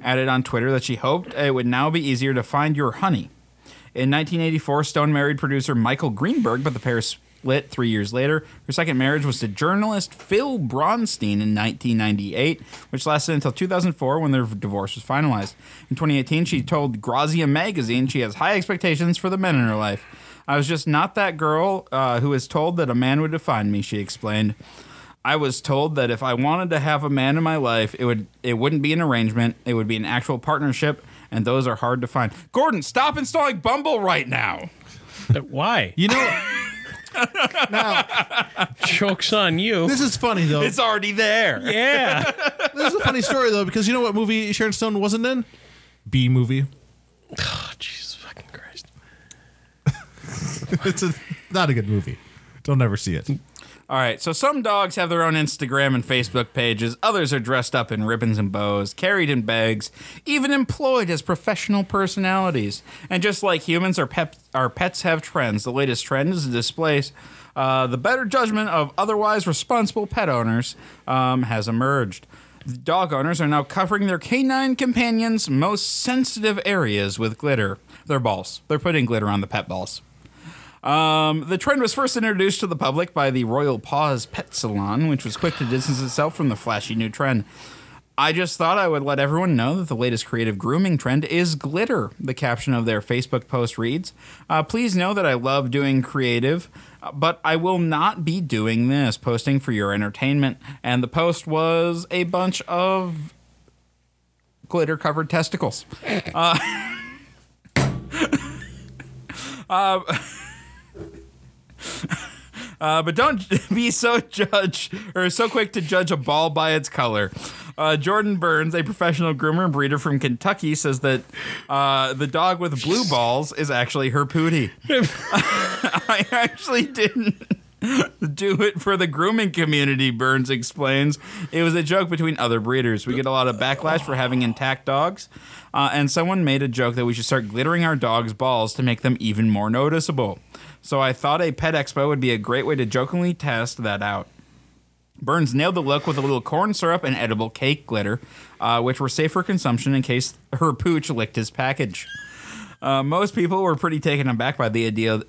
S1: added on Twitter that she hoped it would now be easier to find your honey. In 1984, Stone married producer Michael Greenberg, but the pair split three years later. Her second marriage was to journalist Phil Bronstein in 1998, which lasted until 2004 when their divorce was finalized. In 2018, she told Grazia magazine she has high expectations for the men in her life. I was just not that girl uh, who is told that a man would define me, she explained. I was told that if I wanted to have a man in my life, it would it wouldn't be an arrangement, it would be an actual partnership, and those are hard to find. Gordon, stop installing Bumble right now.
S3: But Why?
S2: <laughs> You know,
S3: Joke's on you.
S2: this is funny though.
S1: It's already there.
S3: <laughs> Yeah.
S1: <laughs>
S2: this is a funny story though because you know what movie Sharon Stone wasn't in? B movie. <laughs>
S3: Oh, Jesus fucking Christ.
S2: It's a, not a good movie. Don't ever see it.
S1: All right, so some dogs have their own Instagram and Facebook pages. Others are dressed up in ribbons and bows, carried in bags, even employed as professional personalities. And just like humans, our, pep- our pets have trends. The latest trend is to displace uh, the better judgment of otherwise responsible pet owners um, has emerged. Dog owners are now covering their canine companions' most sensitive areas with glitter. Their balls. They're putting glitter on the pet balls. Um, the trend was first introduced to the public by the Royal Paws Pet Salon, which was quick to distance itself from the flashy new trend. I just thought I would let everyone know that the latest creative grooming trend is glitter. The caption of their Facebook post reads uh, Please know that I love doing creative, uh, but I will not be doing this, posting for your entertainment. And the post was a bunch of glitter covered testicles. Uh, but don't <laughs> be so judge or so quick to judge a ball by its color. Uh, Jordan Burns, a professional groomer and breeder from Kentucky, says that uh, the dog with blue balls is actually her pootie. <laughs> I actually didn't <laughs> do it for the grooming community, Burns explains. It was a joke between other breeders. We get a lot of backlash for having intact dogs, uh, and someone made a joke that we should start glittering our dogs' balls to make them even more noticeable. So I thought a pet expo would be a great way to jokingly test that out. Burns nailed the look with a little corn syrup and edible cake glitter, uh, which were safe for consumption in case her pooch licked his package. Uh, most people were pretty taken aback by the idea.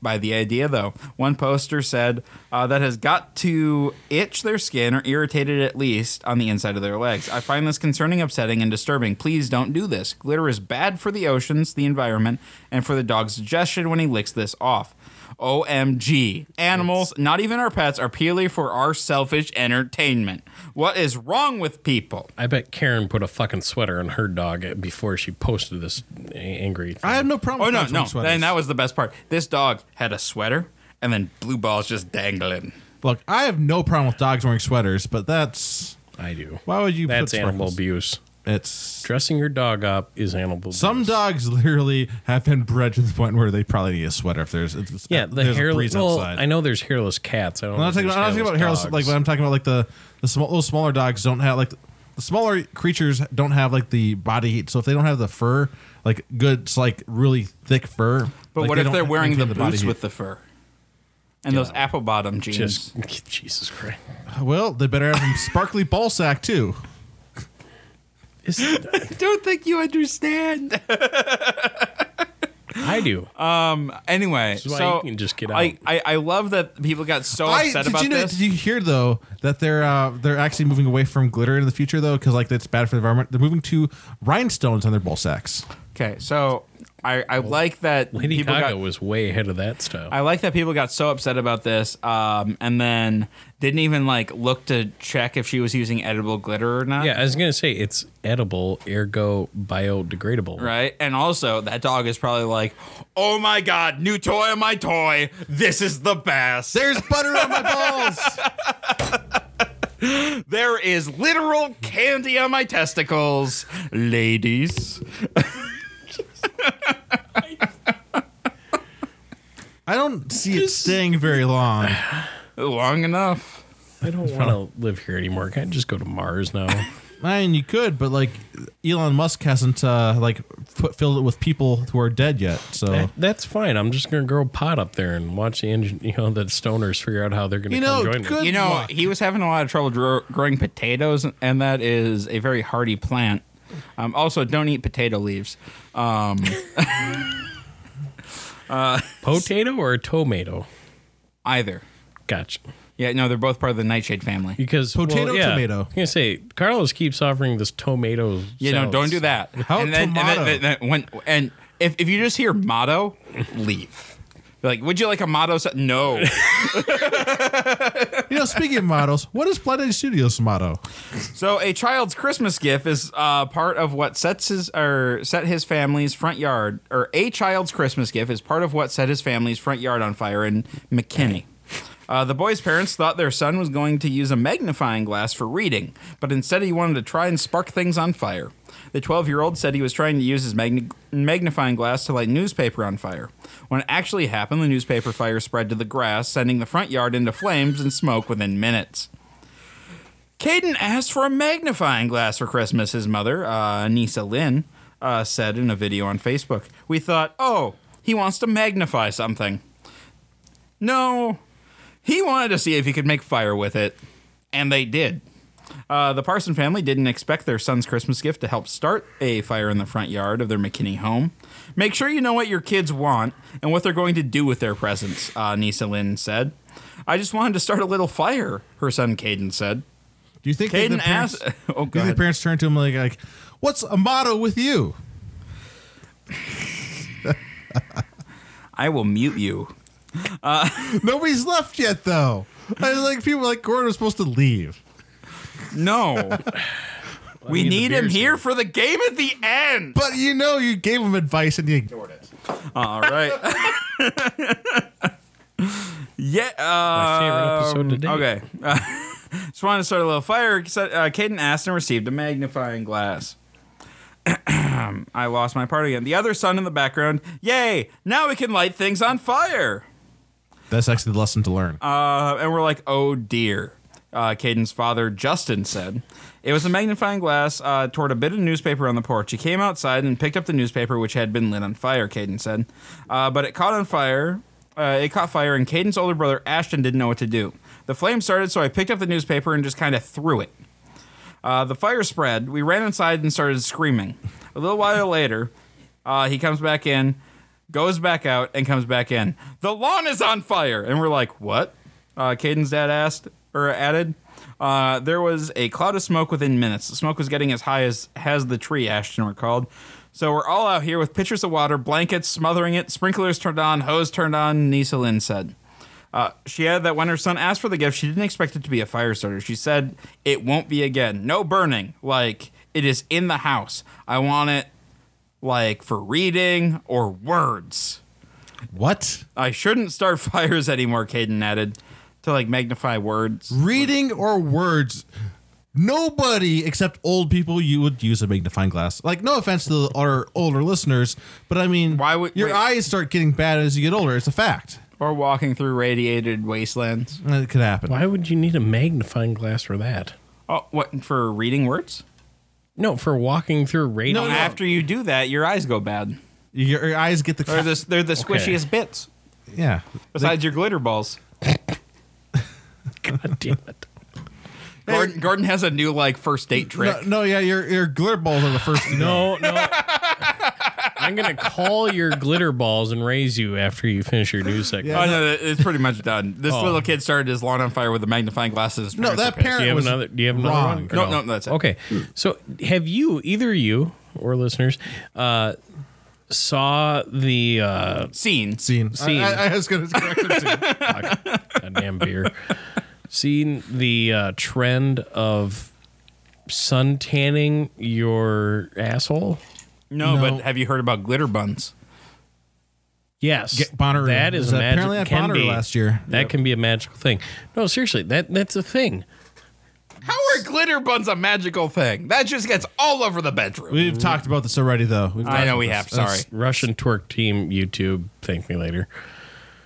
S1: By the idea, though, one poster said uh, that has got to itch their skin or irritated at least on the inside of their legs. I find this concerning, upsetting, and disturbing. Please don't do this. Glitter is bad for the oceans, the environment, and for the dog's digestion when he licks this off. OMG. Animals, not even our pets, are purely for our selfish entertainment. What is wrong with people?
S3: I bet Karen put a fucking sweater on her dog before she posted this a- angry. Thing.
S2: I have no problem.
S1: Oh
S2: with
S1: no,
S2: dogs
S1: no.
S2: wearing sweaters.
S1: And that was the best part. This dog had a sweater and then blue balls just dangling.
S2: Look, I have no problem with dogs wearing sweaters, but that's
S3: I do.
S2: why would you?
S3: That's
S2: put
S3: animal
S2: sweaters?
S3: abuse.
S2: It's
S3: Dressing your dog up is animal
S2: some
S3: abuse.
S2: dogs literally have been bred to the point where they probably need a sweater if there's if it's-
S3: Yeah, the
S2: Uh, there's a
S3: hairless.
S2: breeze
S3: Well,
S2: outside.
S3: I know there's hairless cats. I don't.
S2: I'm
S3: know
S2: not
S3: if
S2: talking
S3: there's
S2: about, I'm not talking about hairless,
S3: dogs.
S2: like, but I'm talking about like the the small, those smaller dogs don't have like the smaller creatures don't have like the body heat. So if they don't have the fur, like good, it's like really thick fur.
S1: But
S2: like,
S1: what
S2: they
S1: if
S2: don't
S1: they're
S2: have-
S1: wearing the,
S2: maintain body
S1: boots
S2: heat.
S1: with the fur? And those apple bottom jeans. <laughs>
S3: <laughs> just Jesus Christ.
S2: Well, they better have some sparkly ball sack too.
S3: Is-
S1: I don't think you understand.
S3: I
S2: <laughs>
S3: I do.
S1: <laughs>
S2: Uh,
S1: Anyway,
S3: is why
S1: so
S3: you can just get
S1: I,
S3: out.
S1: I, I love that people got so
S2: I-
S1: upset
S2: did
S1: about
S2: you know,
S1: this.
S2: Did you hear though that they're uh, they're actually moving away from glitter in the future though because like that's bad for the environment. They're moving to rhinestones on their ball sacks.
S1: okay, so I, I like that
S3: Lady
S1: people
S3: Gaga
S1: got
S3: was way ahead of that style.
S1: I like that people got so upset about this, um, and then didn't even like look to check if she was using edible glitter or not.
S3: yeah, I was gonna say it's edible, ergo biodegradable.
S1: Right, and also that dog is probably like, "Oh my god, new toy on my toy! This is the best.
S2: There's butter on my balls.
S1: <laughs> there is literal candy on my testicles, ladies."
S2: I don't see it staying very long.
S1: Long enough.
S3: I don't want to live here anymore. Can I just go to Mars
S2: <laughs>
S3: now?
S2: I mean, you could, but like Elon Musk hasn't uh, like put, filled it with people who are dead yet. So
S1: Eh.
S3: That- <laughs> that's fine. I'm just gonna grow a pot up there and watch the engine, you know, the stoners figure out how they're gonna
S2: You
S3: come
S2: know,
S3: join me.
S2: good-
S1: You know,
S2: luck.
S1: he was having a lot of trouble grow- growing potatoes, and that is a very hardy plant. Um, also, don't eat potato leaves. Um,
S3: Potato or a tomato?
S1: either.
S3: Gotcha.
S1: Yeah, no, they're both part of the nightshade family.
S3: Because well,
S2: Potato,
S3: yeah,
S2: tomato.
S3: I'm gonna say Carlos keeps offering this tomato.
S1: You know, don't do that.
S2: How
S1: and then,
S2: tomato?
S1: And, then, then- then when, and if, if you just hear motto, leave. Be Like, would you like a motto? sa-" No.
S2: you know, speaking of models, what is Planet Studios' motto?
S1: so, a child's Christmas gift is uh, part of what sets his or set his family's front yard, or a child's Christmas gift is part of what set his family's front yard on fire in McKinney. Uh, the boy's parents thought their son was going to use a magnifying glass for reading, but instead he wanted to try and spark things on fire. The 12 year old said he was trying to use his magni- magnifying glass to light newspaper on fire. When it actually happened, the newspaper fire spread to the grass, sending the front yard into flames and smoke within minutes. Caden asked for a magnifying glass for Christmas, his mother, uh, Nisa Lynn, uh, said in a video on Facebook. We thought, oh, he wants to magnify something. No, he wanted to see if he could make fire with it, and they did. Uh, the Parson family didn't expect their son's Christmas gift to help start a fire in the front yard of their McKinney home. Make sure you know what your kids want and what they're going to do with their presents, uh, Nisa Lynn said. I just wanted to start a little fire, her son Caden said.
S2: Do you think that the
S1: Caden
S2: parents, <laughs>
S1: asked. <laughs> Oh,
S2: do you think the
S1: God.
S2: parents turn to him like, like, what's a motto with you?
S1: I will mute you.
S2: Nobody's left yet though. I was like people were like Gordon was supposed to leave.
S1: <laughs> No. we
S3: mean, the
S1: need him
S3: beer's
S1: here
S3: here.
S1: for the game at the end.
S2: But you know, you gave him advice and he ignored it.
S1: <laughs> All right. <laughs> yeah. Uh,
S3: My favorite episode today.
S1: Okay. <laughs> just wanted to start a little fire. So, Uh, Caden asked and received a magnifying glass. <clears throat> I lost my part again. The other son in the background. Yay! Now we can light things on fire.
S2: That's actually the lesson to learn.
S1: Uh, and we're like, oh dear. Uh, Caden's father, Justin, said. It was a magnifying glass uh, toward a bit of newspaper on the porch. He came outside and picked up the newspaper, which had been lit on fire, Caden said. Uh, but it caught on fire. Uh, it caught fire, and Caden's older brother, Ashton, didn't know what to do. The flame started, so I picked up the newspaper and just kind of threw it. Uh, the fire spread. We ran inside and started screaming. A little while later, uh, he comes back in, goes back out, and comes back in. The lawn is on fire, and we're like, "What?" Uh, Caden's dad asked or added. Uh, there was a cloud of smoke within minutes. The smoke was getting as high as has the tree. Ashton recalled. So we're all out here with pitchers of water, blankets smothering it, sprinklers turned on, hose turned on. Nisa Lynn said. Uh, she added that when her son asked for the gift, she didn't expect it to be a fire starter. She said, It won't be again. No burning. Like, it is in the house. I want it, like, for reading or words.
S2: what?
S1: I shouldn't start <laughs> fires anymore, Caden added, to, like, magnify words.
S2: Reading or words. Nobody except old people you would use a magnifying glass. Like no offense to our older listeners, but I mean,
S1: Why would-
S2: your
S1: wait.
S2: eyes start getting bad as you get older? It's a fact.
S1: Or walking through radiated wastelands.
S2: It could happen.
S3: Why would you need a magnifying glass for that?
S1: Oh, what? For reading words?
S3: No, for walking through radio.
S1: After you do that, your eyes go bad.
S2: Your, your eyes get the
S1: They're the, they're the squishiest bits,
S2: yeah.
S1: besides your glitter balls.
S3: God damn it.
S1: Gordon, Gordon has a new, like, first date trick. <laughs>
S2: No, no, yeah, your your glitter balls are the first. to go.
S3: No, no. <laughs> I'm gonna call your glitter balls and raise you after you finish your news segment.
S1: Oh no, that- it's pretty much done. This little kid started his lawn on fire with a magnifying glass. and his
S2: Oh. No,
S1: parents
S2: that
S1: were pissed.
S3: Do you
S2: parent
S3: have
S2: was
S3: another? Do you have another
S2: wrong.
S3: one? or
S1: No, no, that's it.
S3: Okay. So, have you either you or listeners uh, saw the uh,
S1: Scene.
S2: scene.
S3: Scene.
S2: I, I- I was going to correct him. Scene.
S3: goddamn beer? Seen the uh, trend of sun tanning your asshole?
S1: <laughs> No,
S2: No.
S1: but have you heard about glitter buns?
S3: Yes,
S2: Get Bonnaroo.
S3: That
S2: It was
S3: is a magic.
S2: apparently at
S3: can
S2: Bonnaroo
S3: be.
S2: last year.
S3: That can be a magical thing. No, seriously, that that's a thing.
S1: How are glitter buns a magical thing? That just gets all over the bedroom.
S2: We've talked about this already, though. We've
S1: mm. I
S2: talked
S1: know
S2: about
S1: we
S2: this.
S1: have. Sorry.
S2: That's
S3: Russian twerk team YouTube. Thank me later.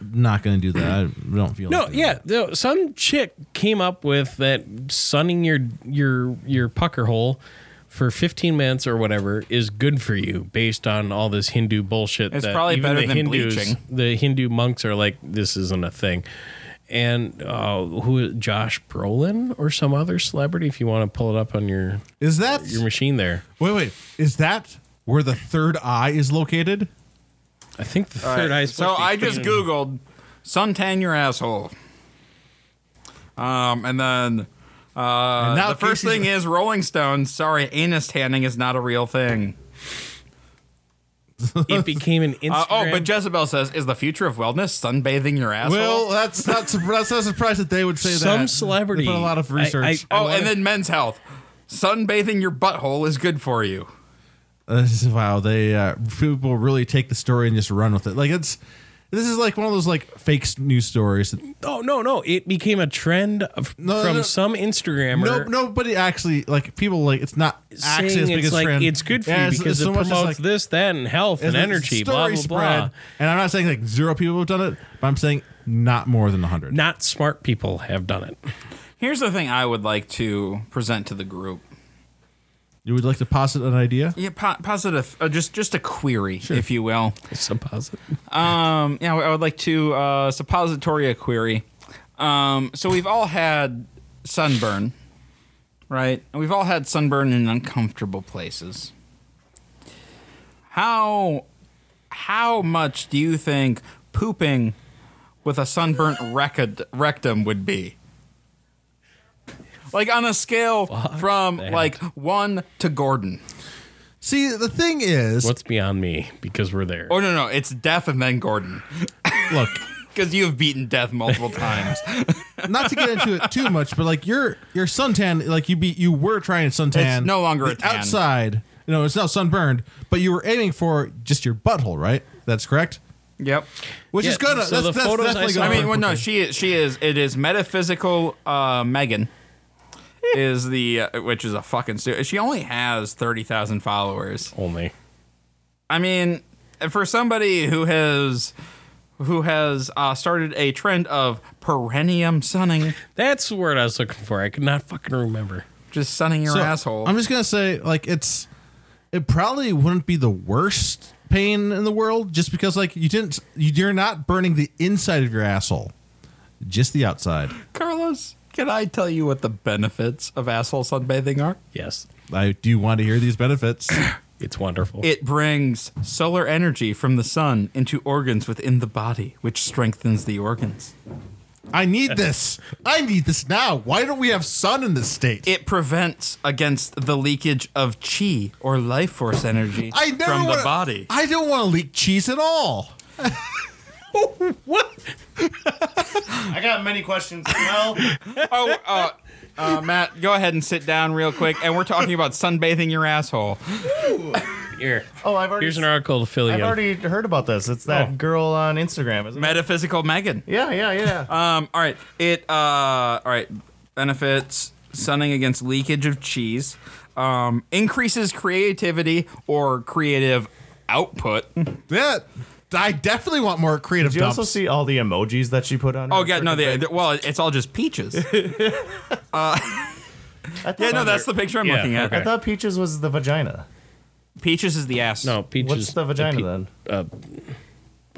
S2: not going to do that. I don't feel.
S3: No,
S2: like doing
S3: yeah, no, some chick came up with that sunning your your your pucker hole for 15 minutes or whatever is good for you based on all this Hindu bullshit.
S1: It's
S3: that
S1: probably
S3: even
S1: better
S3: the
S1: than
S3: Hindus,
S1: bleaching.
S3: The Hindu monks are like, this isn't a thing. And uh, who? Josh Brolin or some other celebrity? If you want to pull it up on your
S2: that. Is that
S3: your machine there,
S2: wait wait? Is that where the third eye is located?
S3: I think the third eye. is
S1: so
S3: supposed to be
S1: I just
S3: clean.
S1: googled suntan your asshole. Um, and then uh,
S2: And now
S1: the first
S2: Casey's-
S1: thing is Rolling Stones. Sorry, anus tanning is not a real thing.
S3: It became an Instagram.
S1: <laughs> Uh, oh, but Jezebel says, "Is the future of wellness sunbathing your asshole?"
S2: Well, that's not sur- that's not surprised that they would say that.
S3: some celebrity.
S2: They put a lot of
S3: I-
S2: research.
S3: I- I
S1: oh,
S3: wanna-
S1: and then Men's Health. Sunbathing your butthole is good for you.
S2: This is- wow, they uh, people really take the story and just run with it. Like it's this is like one of those like fake s- news stories. That
S3: Oh no no! It became a trend of,
S2: No,
S3: from
S2: no.
S3: some Instagrammer.
S2: no, nobody actually like people like it's not
S3: saying
S2: access
S3: it's
S2: because
S3: like
S2: trend.
S3: it's good for
S2: Yeah,
S3: you
S2: it's-
S3: because
S2: it's so
S3: it
S2: much as,
S3: promotes
S2: like,
S3: this, that, and health and
S2: as the
S3: energy.
S2: story
S3: Blah blah blah.
S2: spread. And I'm not saying like zero people have done it, but I'm saying not more than hundred.
S3: Not smart people have done it.
S1: Here's the thing I would like to present to the group.
S2: You would like to posit an idea?
S1: Yeah, po- positive. Uh, just just a query, if you will.
S3: It's a positive.
S1: Um, yeah, I would like to uh, suppository a query. Um, so we've all had sunburn, right? And we've all had sunburn in uncomfortable places. How how much do you think pooping with a sunburnt recod- rectum would be? Like on a scale from
S3: that.
S1: like one to Gordon.
S2: See, the thing is,
S3: What's beyond me because we're there.
S1: Oh no no, it's death and then Gordon.
S2: look,
S1: Because you have beaten death multiple times.
S2: not to get into it too much, but like your your suntan, like you be you were trying suntan.
S1: It's no longer a
S2: the
S1: tan.
S2: outside. You know, it's now sunburned, but you were aiming for just your butthole, right? That's correct.
S1: Yep.
S2: Which
S3: Yeah,
S2: is gonna.
S3: so
S2: that's,
S3: the
S2: that's
S3: photos I
S2: definitely
S3: saw-
S1: I
S2: gonna.
S1: mean, well, no, she is. She is. It is metaphysical. Uh, Megan is the uh, which is a fucking. Stu- she only has thirty thousand followers.
S3: Only
S1: I mean, for somebody who has who has uh, started a trend of perennium sunning,
S3: that's the word I was looking for. I could not fucking remember.
S1: just sunning your
S2: So,
S1: asshole.
S2: I'm just gonna say, like, it's it probably wouldn't be the worst pain in the world, just because like you didn't you, you're not burning the inside of your asshole, just the outside.
S1: Carlos, can I tell you what the benefits of asshole sunbathing are?
S3: Yes,
S2: I do want to hear these benefits.
S3: it's wonderful.
S1: It brings solar energy from the sun into organs within the body, which strengthens the organs.
S2: I need this. I need this now. Why don't we have sun in this state?
S1: It prevents against the leakage of chi or life force energy
S2: I never
S1: from the
S2: wanna-
S1: body.
S2: I don't want to leak cheese at all.
S4: I got many questions. Well,
S1: <laughs> oh, uh, uh, Matt, go ahead and sit down real quick, and we're talking about sunbathing your asshole.
S3: Here,
S4: oh, I've already.
S3: here's an article to fill you
S4: I've
S3: in.
S4: already heard about this. It's that
S3: Oh.
S4: girl on Instagram, isn't it?
S1: Metaphysical Megan.
S4: Yeah, yeah,
S1: <laughs>
S4: yeah.
S1: Um, all right. It uh, all right. Benefits sunning against leakage of cheese. Um, increases creativity or creative <laughs> output.
S2: Yeah, I definitely want more creative
S4: Did you
S2: dumps.
S4: also see all the emojis that she put on?
S1: Oh
S4: her
S1: yeah, no,
S4: freaking
S1: they,
S4: thing?
S1: they- well, it's all just peaches.
S4: I thought,
S1: <laughs> Yeah, no, that's the picture I'm
S3: Yeah,
S1: looking at.
S3: okay.
S4: I thought peaches was the vagina.
S1: Peaches is the ass.
S3: No, peaches.
S4: What's the vagina then?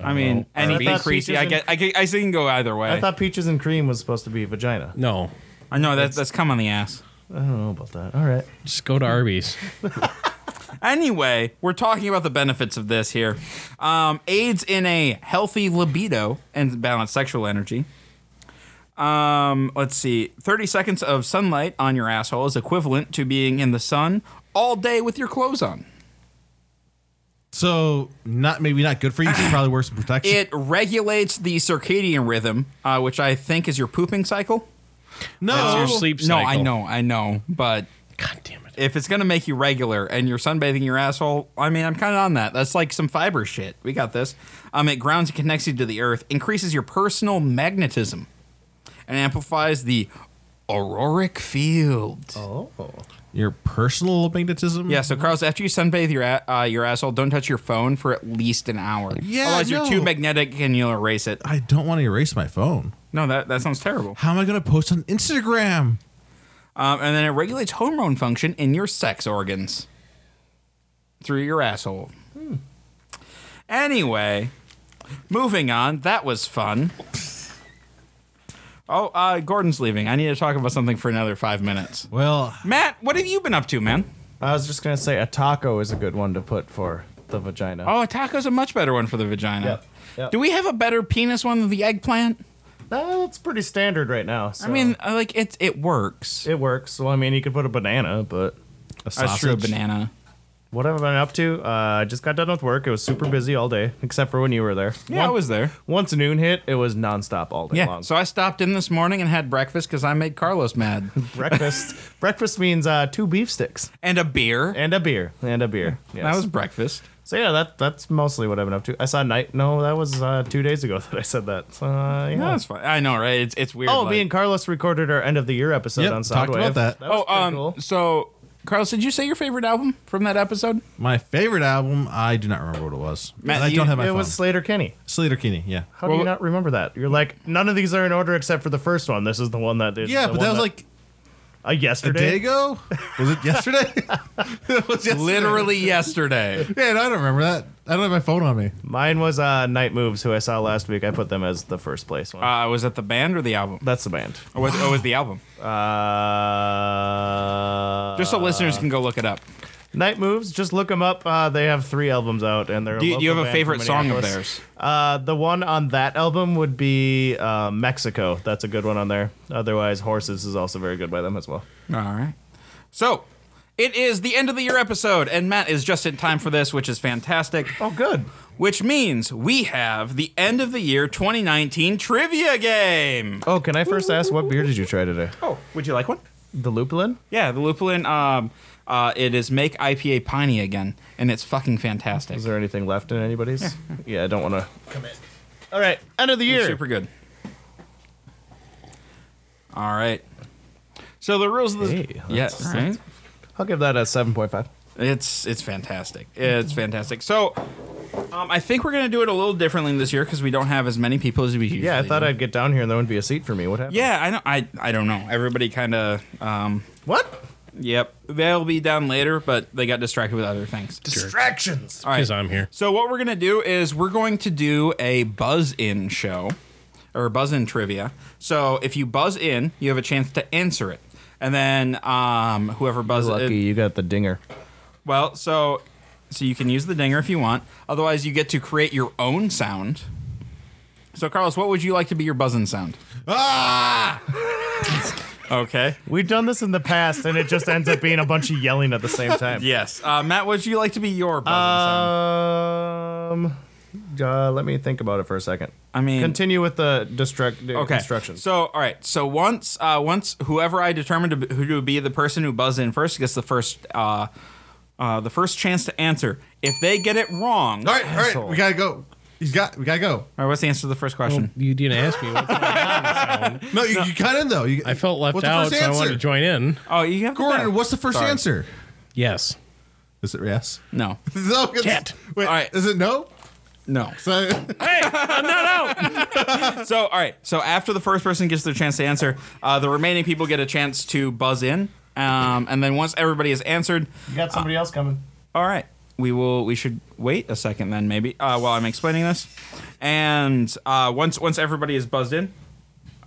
S1: I mean
S3: I don't
S1: anything
S4: know.
S1: creasy.
S4: Peaches
S1: I
S4: and-
S1: get, I get, I think it can go either way.
S4: I thought peaches and cream was supposed to be vagina.
S3: No,
S1: I know that's that's come on the ass.
S4: I don't know about that. All right.
S3: just go to Arby's.
S1: Anyway, we're talking about the benefits of this here. Um, aids in a healthy libido and balanced sexual energy. Um, let's see. 30 seconds of sunlight on your asshole is equivalent to being in the sun all day with your clothes on.
S2: So not maybe not good for you. You should probably wear some protection.
S1: It regulates the circadian rhythm, uh, which I think is your pooping cycle.
S2: Oh, no,
S3: That's your sleep cycle.
S1: No, I know, I know, but
S3: God damn it.
S1: if it's gonna make you regular and you're sunbathing your asshole, I mean, I'm kind of on that. That's like some fiber shit. We got this. Um, it grounds and connects you to the earth, increases your personal magnetism, and amplifies the auroric field.
S2: Oh. your personal magnetism.
S1: Yeah, so Carlos, after you sunbathe your a- uh, your asshole, don't touch your phone for at least an hour.
S2: Yeah,
S1: otherwise
S2: no.
S1: you're too magnetic and you'll erase it.
S2: I don't want to erase my phone.
S1: No, that that sounds terrible.
S2: How am I going to post on Instagram?
S1: Um, and then it regulates hormone function in your sex organs through your asshole. Anyway, moving on. That was fun. Oh, uh, Gordon's leaving. I need to talk about something for another five minutes.
S2: Well,
S1: Matt, what have you been up to, man?
S6: I was just gonna say a taco is a good one to put for the vagina.
S1: Oh, a taco's a much better one for the vagina.
S6: Yep, yep.
S1: Do we have a better penis one than the eggplant?
S6: No, that's pretty standard right now.
S1: I
S6: so
S1: mean, uh, like it it works.
S6: it works. Well, I mean, you could put a banana, but
S1: That's true, banana.
S6: what have I been up to? Uh, I just got done with work. It was super busy all day, except for when you were there.
S1: Yeah, I was there.
S6: Once noon hit, it was nonstop all day
S1: Yeah,
S6: long.
S1: so I stopped in this morning and had breakfast because I made Carlos mad.
S2: <laughs>
S6: breakfast, breakfast means uh, two beef sticks
S1: and a beer.
S6: and a beer and a beer. Yes.
S1: That was breakfast.
S6: so yeah, that that's mostly what I've been up to. I saw night. No, that was uh, two days ago <laughs> that I said that. So, uh, yeah.
S1: No, that's fine. I know, right? It's it's weird.
S6: Oh,
S1: like-
S6: me and Carlos recorded our end of the year episode
S2: Yep,
S6: on Soundwave.
S2: talked about that.
S6: was
S1: oh,
S6: pretty
S1: um,
S6: cool.
S1: so Carlos, did you say your favorite album from that
S6: <laughs>
S1: episode?
S2: my favorite album, I do not remember what it was.
S1: Matt,
S2: And I
S1: you-
S2: don't have my
S6: It
S2: phone.
S6: was Slater Kenny.
S2: Slater Kinney, yeah.
S6: How do
S1: Well,
S6: you not remember that? You're like, none of these are in order except for the first one. This is the one that is.
S2: Yeah,
S6: the
S2: but
S6: one
S2: that was like
S6: a
S2: a day
S6: yesterday.
S2: ago? Was it yesterday? it was yesterday.
S1: Literally yesterday.
S2: Man, I don't remember that. I don't have my phone on me.
S6: Mine was uh, Night Moves, who I saw last week. I put them as the first place one.
S1: Uh, oh. was it the band or the album?
S6: That's the band.
S1: Or was, or was the album?
S6: Uh,
S1: Just so listeners can go look it up.
S6: Night Moves. Just look them up. Uh, they have three albums out, and they're.
S1: Do you, do you
S6: local
S1: have a
S6: band from
S1: favorite song of
S6: Minneapolis.
S1: theirs?
S6: Uh, the one on that album would be uh, Mexico. That's a good one on there. Otherwise, Horses is also very good by them as well.
S1: All right. So it is the end of the year episode, and Matt is just in time for this, which is fantastic.
S6: Oh, good.
S1: Which means we have the end of the year 2019 trivia game.
S6: Oh, can I first ask what beer did you try today?
S1: Oh, would you like one?
S6: The Lupulin.
S1: Yeah, the Lupulin. Um, uh, it is make IPA piney again, and it's fucking fantastic.
S6: Is there anything left in anybody's? yeah, I don't want to. Commit. All right, end of the year.
S1: It's super good. All right. So the rules of the
S6: Hey, that's-
S1: yes, right?
S6: I'll give that a seven point five.
S1: It's it's fantastic. It's fantastic. So. Um, I think we're gonna do it a little differently this year because we don't have as many people as we usually.
S6: Yeah, I thought
S1: do.
S6: I'd get down here and there wouldn't be a seat for me. What happened?
S1: Yeah, I know. I I don't know. Everybody kind of. Um,
S6: What?
S1: yep, they'll be down later, but they got distracted with other things.
S6: Distractions.
S1: All right.
S3: Because I'm here.
S1: So what we're gonna do is we're going to do a buzz in show or buzz in trivia. So if you buzz in, you have a chance to answer it, and then um, whoever buzzes
S6: Lucky
S1: in,
S6: you got the dinger.
S1: well, so so you can use the dinger if you want. Otherwise, you get to create your own sound. So Carlos, what would you like to be your buzzing sound? Ah! okay.
S6: We've done this in the past, and it just ends up being a bunch of yelling at the
S1: <laughs>
S6: same time.
S1: Yes, uh, Matt. What would you like to be your buzzing sound?
S6: Um. Uh, let me think about it for a second.
S1: I mean-
S6: continue with the destruct
S1: Okay.
S6: instructions.
S1: So, all right. So once, uh, once whoever I determine to be, who to be the person who buzzed in first gets the first, uh, uh, the first chance to answer. If they get it wrong,
S2: All right, all right, we gotta go. He's got. We gotta go.
S1: All right, what's the answer to the first question?
S3: You didn't ask me. What's
S2: No, you, you got in though. You,
S3: I felt left
S2: What's the
S3: out,
S2: first
S3: so I wanted
S2: answer?
S3: to join in.
S1: oh, you have to
S2: Gordon,
S1: bet.
S2: what's the first
S1: Sorry.
S2: answer?
S3: Yes.
S2: Is it yes? <laughs>
S1: No,
S2: No, it's-
S3: Cat.
S2: Wait,
S1: All right.
S2: is it no?
S1: no.
S2: So,
S1: <laughs> So, all right. So after the first person gets their chance to answer, uh, the remaining people get a chance to buzz in, um, and then once everybody has answered,
S6: you got somebody else coming.
S1: All right. We will. We should wait a second then, maybe, uh, while I'm explaining this. And uh, once once everybody is buzzed in,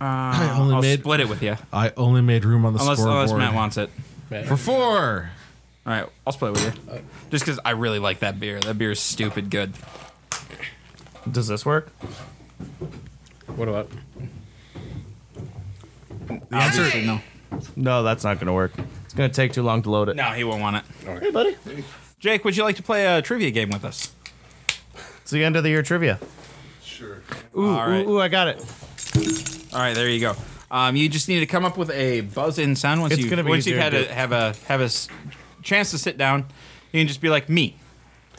S1: uh,
S6: <clears throat>
S2: I only
S1: I'll
S2: made.
S1: split it with you,
S2: I only made room on the
S1: unless
S2: scoreboard
S1: unless Matt wants it.
S2: for four.
S1: All right, I'll split with you. Just because I really like that beer. That beer is stupid good.
S6: Does this work?
S3: What about?
S1: The answer is no.
S6: No, that's not gonna work. It's gonna take too long to load it.
S1: No, he won't want it.
S6: Hey, buddy.
S1: Jake, would you like to play a trivia game with us?
S6: It's the end of the year trivia. Sure. Ooh,
S1: All right.
S6: ooh, ooh, I got it.
S1: All right, there you go. Um, you just need to come up with a buzz-in sound once
S6: It's
S1: you
S6: gonna be
S1: once you've
S6: easier
S1: had
S6: to
S1: a,
S6: do.
S1: have a have a s- chance to sit down. You can just be like me.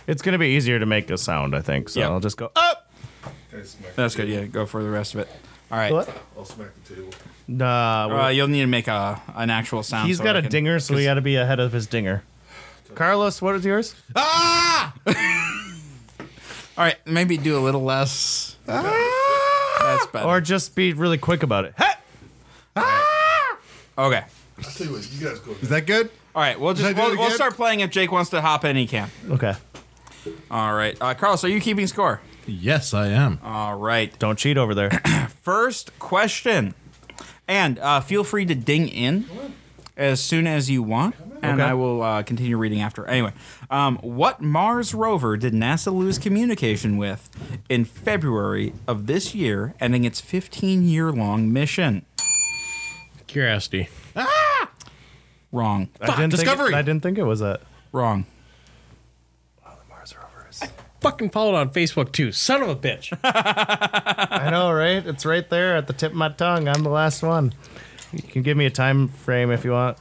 S6: It's gonna be easier to make a sound, I think. So
S1: Yep.
S6: I'll just go uh, up.
S1: That's good. Yeah, go for the rest of it. All right.
S6: What?
S7: I'll smack the table.
S6: Nah,
S1: Uh, you'll need to make a an actual sound.
S6: he's
S1: so
S6: got
S1: I
S6: a
S1: can-
S6: dinger, so we
S1: 'cause-
S6: got to be ahead of his dinger. Carlos, what is yours?
S1: All right, maybe do a little less. That's better.
S6: Ah! Or just be really quick about it. Hey!
S1: okay.
S7: I'll tell you what, you guys go. Is that good?
S1: All right, we'll
S7: I
S1: just
S7: do it
S1: we'll, we'll
S7: again?
S1: start playing if Jake wants to hop in. He can.
S6: Okay.
S1: All right, uh, Carlos, are you keeping score?
S2: Yes, I am.
S1: All right.
S6: Don't cheat over there.
S1: First question, and uh, feel free to ding in as soon as you want, and
S6: Okay.
S1: I will uh, continue reading after. Anyway, um, what Mars rover did NASA lose communication with in February of this year, ending its 15-year-long mission?
S3: Curiosity.
S1: Wrong.
S6: I didn't
S7: Discovery.
S6: Think it, I didn't think it was that.
S1: Wrong.
S3: Fucking followed on Facebook too. Son of a bitch.
S6: I know, right? It's right there at the tip of my tongue. I'm the last one. You can give me a time frame if you want.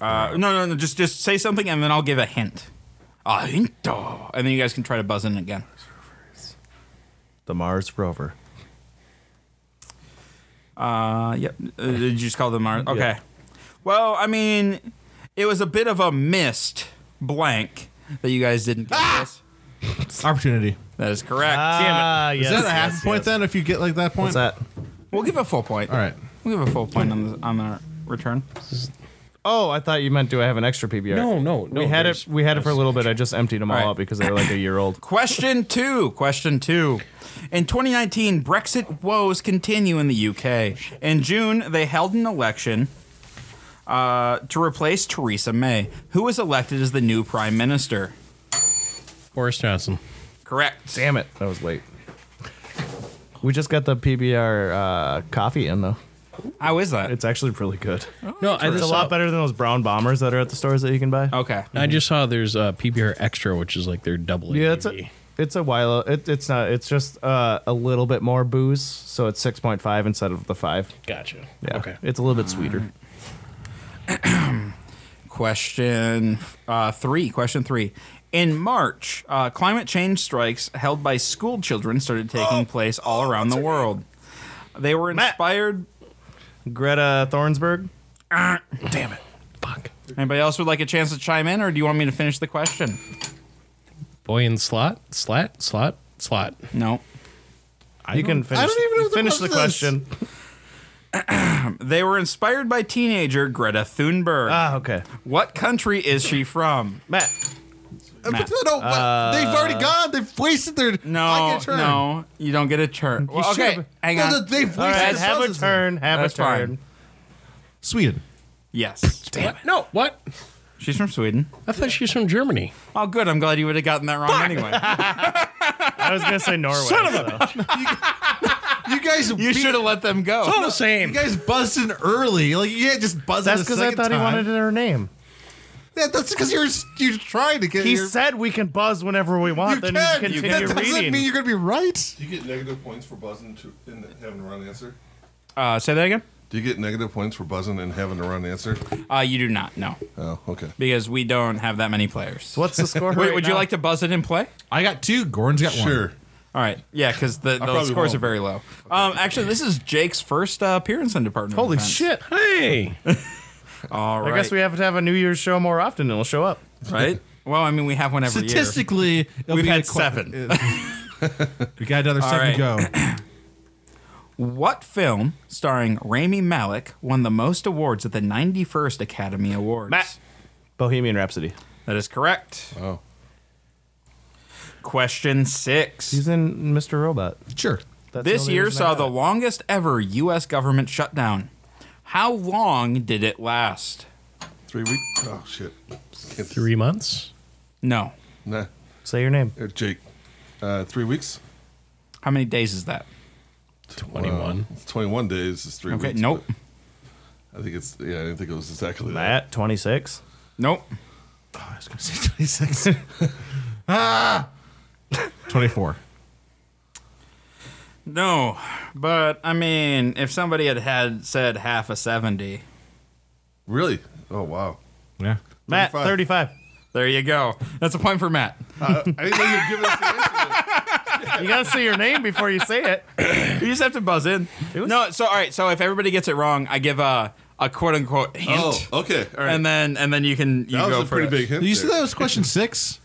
S1: Uh, no, no, no. Just, just say something, and then I'll give a hint. A hint, oh. and then you guys can try to buzz in again.
S6: The Mars rover.
S1: Uh, yep. Uh, did you just call them Mars? Okay.
S6: Yeah.
S1: Well, I mean, it was a bit of a missed blank that you guys didn't get this.
S2: Opportunity.
S1: That is correct.
S6: Ah, yes.
S2: Is that a half
S6: yes,
S2: point
S6: yes.
S2: then? If you get like that point,
S6: What's that?
S1: We'll give a full point.
S2: all right.
S1: We'll give a full point on the on our return.
S6: Oh, I thought you meant do I have an extra PBR?
S3: No, no, no.
S6: we had
S3: there's-
S6: it. We had it for a little bit. I just emptied them all
S1: Alright.
S6: out because they were like a year old.
S1: Question two. Question two. In 2019, Brexit woes continue in the UK. In June, they held an election uh, to replace Theresa May, who was elected as the new prime minister.
S3: Boris Johnson.
S1: Correct.
S6: Damn it, that was late. We just got the PBR uh, coffee in though.
S1: How is that?
S6: It's actually really good.
S3: No, I
S6: It's
S3: just
S6: a lot
S3: saw-
S6: better than those brown bombers that are at the stores that you can buy.
S1: Okay.
S3: I just saw there's uh, PBR Extra, which is like their double.
S6: Yeah, it's
S3: ABV.
S6: a, it's a while. It, it's not. It's just uh, a little bit more booze, so it's six point five instead of the five.
S3: Gotcha.
S6: Yeah,
S3: Okay.
S6: it's a little bit sweeter.
S1: Question uh, three. Question three. In March, uh, climate change strikes held by school children started taking place all around the world. They were inspired.
S6: Greta Thornsberg.
S3: Damn it. Fuck.
S1: Anybody else would like a chance to chime in, or do you want me to finish the question?
S3: Boy in slot, slat, slot, slot.
S1: No.
S6: you can finish.
S2: I don't even know what the
S6: finish the
S2: question
S6: question.
S1: They were inspired by teenager Greta Thunberg.
S6: Ah, okay.
S1: what country is she from?
S6: Matt,
S1: Matt.
S2: No, what? they've already gone. They've wasted their. I
S1: No,
S2: get a turn.
S1: no, you don't get a turn. Well, okay,
S6: should've-
S1: hang
S2: No,
S1: on.
S2: no, they've wasted
S6: all right,
S2: their
S6: have a
S2: chances.
S6: turn. Have
S1: That's
S6: a turn.
S1: fine.
S2: Sweden.
S1: Yes,
S3: Damn it. No, what?
S1: she's from Sweden.
S3: I thought she was from Germany.
S1: Oh, good. I'm glad you would have gotten that wrong anyway.
S6: I was gonna say Norway. so.
S2: You guys,
S1: You should have let them go.
S6: Oh,
S3: All the same.
S2: you guys buzzed in early. Like you can't just buzz.
S6: That's
S2: because
S6: because I thought he wanted her name.
S2: Yeah, that's because you're you're trying to get.
S6: He
S2: your,
S6: said we can buzz whenever we
S2: you
S6: want. then
S2: can.
S6: you
S2: that
S6: continue
S2: doesn't
S6: reading.
S2: mean you're gonna be right.
S7: Do you get negative points for buzzing to, and having the wrong answer?
S1: Uh, say that again.
S7: Do you get negative points for buzzing and having the wrong answer?
S1: Uh, you do not. No,
S7: Oh, okay.
S1: because we don't have that many players.
S6: <laughs> What's the score?
S1: Wait,
S6: right
S1: would you
S6: now?
S1: like to buzz it and play?
S2: I got two. Gordon's got
S7: Sure.
S1: All right. Yeah, because the, the
S7: probably
S1: scores are
S7: won't.
S1: very low. Um, actually, this is Jake's first uh, appearance under partner.
S6: Holy
S1: Defense.
S6: shit! <laughs>
S3: Hey.
S1: All right.
S6: I guess we have to have a New Year's show more often. It'll show up.
S1: right. Well, I mean, we have one every year.
S2: Statistically, it'll
S1: We've
S2: be
S1: had
S2: a qu-
S1: seven.
S2: <laughs> we got another seven to go.
S6: <clears throat>
S1: What film starring Rami Malek won the most awards at the 91st Academy Awards?
S6: Matt. Bohemian Rhapsody.
S1: That is correct.
S7: Oh.
S1: Question six.
S6: He's in Mr. Robot.
S2: Sure.
S6: That's the
S1: This
S6: only
S1: year
S6: reason I
S1: saw
S6: got
S1: the
S6: it.
S1: longest ever U.S. government shutdown. How long did it last?
S7: Three weeks. Oh shit. Can't-
S3: Three months?
S1: No.
S7: Nah.
S6: Say your name.
S7: Uh, Jake. Uh, three weeks.
S1: How many days is that?
S3: 21.
S7: It's 21 days. It's three
S1: Okay.
S7: weeks.
S1: Nope.
S7: but I think it's. Yeah, I didn't think it was exactly that.
S6: Matt, 26.
S1: Nope.
S2: Oh, I was going to say <laughs> Ah! 26. ah! 24.
S1: No. But I mean, if somebody had had said half a seventy,
S7: Really? Oh wow.
S2: Yeah.
S6: Matt, 35.
S1: there you go. That's a point for Matt.
S7: Uh, I didn't know you'd give us the answer.
S6: You gotta say your name before you say it.
S1: <coughs> You just have to buzz in. No. So all right. So if everybody gets it wrong, I give a a quote unquote hint,
S7: Oh, okay. All right.
S1: and then and then you can you
S7: that
S1: go
S7: was a
S1: for
S7: pretty
S1: it.
S7: big hint.
S2: Did you say
S7: there.
S2: that was question six?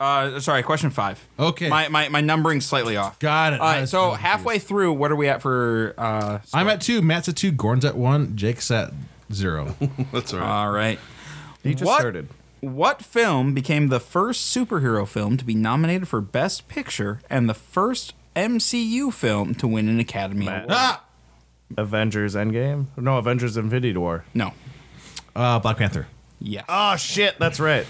S1: Uh, sorry, question five.
S2: Okay.
S1: My my, my numbering's slightly off.
S2: Got it.
S1: All
S2: I
S1: right,
S2: was
S1: so
S2: confused.
S1: halfway through, what are we at for? Uh, score?
S2: I'm at two. Matt's at two. Gorn's at one. Jake's at <laughs> zero.
S7: That's all right.
S1: All right.
S6: You just
S1: What?
S6: started.
S1: What film became the first superhero film to be nominated for Best Picture and the first MCU film to win an Academy
S6: Matt.
S1: Award?
S2: Uh,
S6: Avengers Endgame? No, Avengers Infinity War.
S1: No.
S2: Uh, Black Panther.
S1: Yes.
S6: Oh, shit, that's right.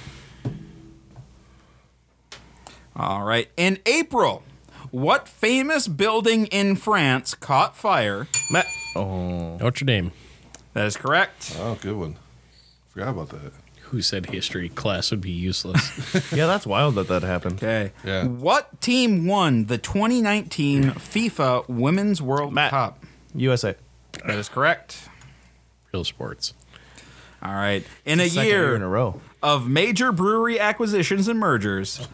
S1: All right. In April, what famous building in France caught fire?
S6: Matt. Oh,
S3: Notre Dame.
S1: That is correct.
S7: Oh, good one. Forgot about that.
S3: Who said history class would be
S6: <laughs>
S3: useless?
S6: Yeah, that's wild that that happened.
S1: Okay.
S7: Yeah.
S1: What team won the 2019 FIFA Women's World
S6: Matt.
S1: Cup?
S6: USA.
S1: That is correct.
S3: Real sports.
S1: All right. In a
S6: Second
S1: year,
S6: in a row.
S1: of major brewery acquisitions and mergers,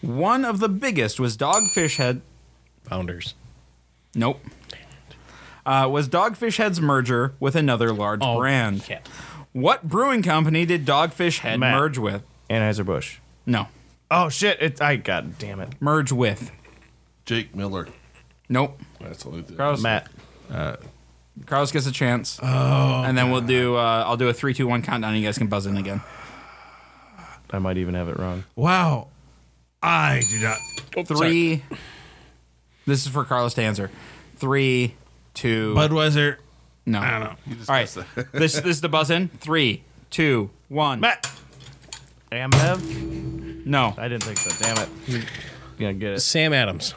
S1: one of the biggest was Dogfish Head.
S3: Founders.
S1: Nope. Uh, was Dogfish Head's merger with another large
S3: Oh,
S1: brand.
S3: shit.
S1: What brewing company did Dogfish Head
S6: Matt.
S1: merge with?
S6: Anheuser-Busch.
S1: No.
S6: Oh, shit, it, I, god damn it.
S1: Merge with.
S7: Jake Miller.
S1: Nope.
S7: That's all I did.
S1: Carlos,
S6: Matt.
S1: Carlos gets a chance.
S3: Oh,
S1: and then we'll do, uh, I'll do a three, two, one countdown and you guys can buzz in again.
S6: I might even have it wrong.
S2: Wow. I do not.
S1: Three. This is for Carlos to answer. Three, two.
S2: Budweiser.
S1: No. I don't know. All right. <laughs> this this is the buzz in. Three, two, one.
S6: Matt. Ambev?
S1: No.
S6: I didn't think so. Damn it. You're gonna get it.
S3: Sam Adams.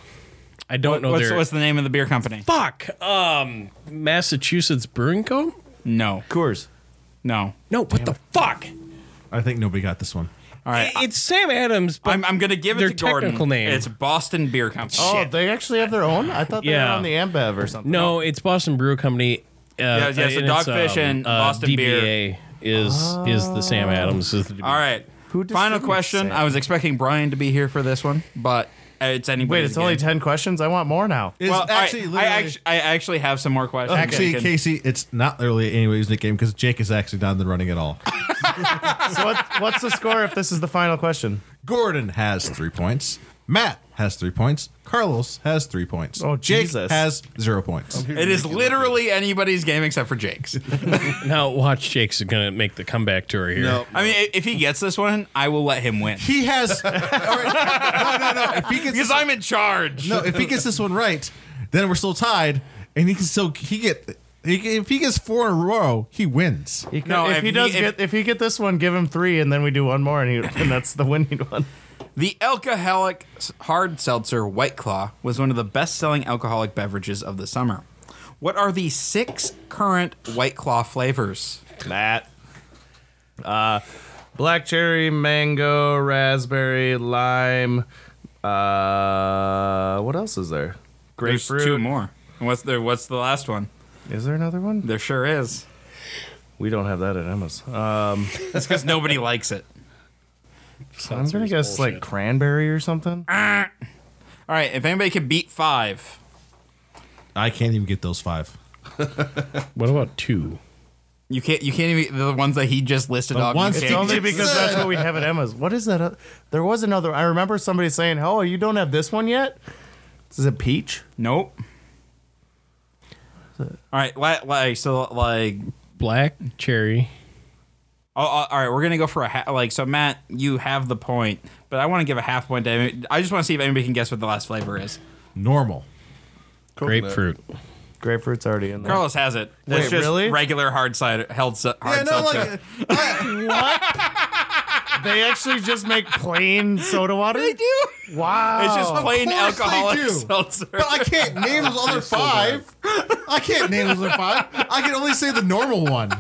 S3: I don't know
S1: what's,
S3: their
S1: what's the name of the beer company?
S3: fuck. Um, Massachusetts Brewing Co.
S1: No.
S6: Coors.
S1: No.
S3: No, what the fuck?
S2: I think nobody got this one.
S1: All right.
S3: It's Sam Adams. But
S1: I'm, I'm gonna give it
S3: Their
S1: to Gordon.
S3: technical name.
S1: It's Boston Beer Company.
S6: Oh, they actually have their own? I thought they
S3: Yeah.
S6: were on the Ambev or something.
S3: no, it's Boston Brew Company. Uh,
S1: Yes, yes, the
S3: and it's, um, uh,
S1: Dogfish and Boston
S3: DBA
S1: Beer. Oh.
S3: is is the Sam Adams. Is the
S1: All right.
S6: Who
S1: Final
S6: distributes
S1: question.
S6: it?
S1: I was expecting Brian to be here for this one, but uh, it's anybody.
S6: Wait, it's only 10 questions? I want more <laughs> now.
S2: It's
S1: Well, actually,
S2: actually,
S1: I,
S2: literally,
S1: actually, I actually have some more questions.
S2: actually,
S1: You can-
S2: Casey, it's not literally anybody's nickname because Jake is actually not in the running at all.
S6: So what, what's the score if this is the final question?
S2: <laughs> Gordon has three points. Matt has three points. Carlos has three points.
S6: Oh,
S2: Jake
S6: Jesus.
S2: has zero points.
S1: it is literally anybody's game except for Jake's.
S3: now watch Jake's gonna make the comeback tour here.
S7: No.
S1: I mean, i- if he gets this one, I will let him win
S2: He has. <laughs> all right, no, no, no. If he gets
S1: because I'm in charge.
S2: No, if he gets this one right, then we're still tied, and he can still he get he, can- if he gets four in a row, he wins.
S6: He could,
S1: No,
S6: if,
S1: if
S6: he
S1: he-
S6: does
S1: if-
S6: get if he get this one, give him three, and then we do one more, and, he, <laughs> and that's the winning one.
S1: The alcoholic s- hard seltzer White Claw was one of the best selling alcoholic beverages of the summer. What are the six current White Claw flavors?
S6: Matt, uh, black cherry, mango, raspberry, lime. Uh, what else is there? Grapefruit.
S1: There's two more. And What's there? What's the last one?
S6: Is there another one?
S1: There sure is.
S6: We don't have that at Emma's. Uh,
S1: It's because nobody likes it.
S6: I'm gonna guess like cranberry or something.
S1: All right. If anybody can beat five,
S2: I can't even get those five.
S3: What about two?
S1: you can't. You can't even the ones that he just listed off.
S2: ones
S1: you
S6: It's
S1: can't-
S6: only because that's what we have at Emma's. What is that? oth- There was another. I remember somebody saying, "Oh, you don't have this one yet." Is it peach?
S1: nope. All right. Like, like so, like.
S3: Black cherry.
S1: Oh, all all right, we're gonna go for a ha- like. So Matt, you have the point, but I want to give a half point to. I just want to see if anybody can guess what the last flavor is.
S2: Normal.
S3: Grapefruit.
S6: Grapefruit's already in there.
S1: Carlos has it. It's
S6: Wait,
S1: just
S6: really?
S1: regular hard cider, held ci-
S4: Yeah,
S1: hard
S4: no,
S1: seltzer.
S4: like
S6: uh, They actually just make plain soda water? They do. Wow.
S1: it's just plain
S4: course they
S1: alcoholic
S4: do.
S1: seltzer.
S4: But I can't name those
S1: <laughs>
S4: other five. I can't name those other five. I can only say the normal one.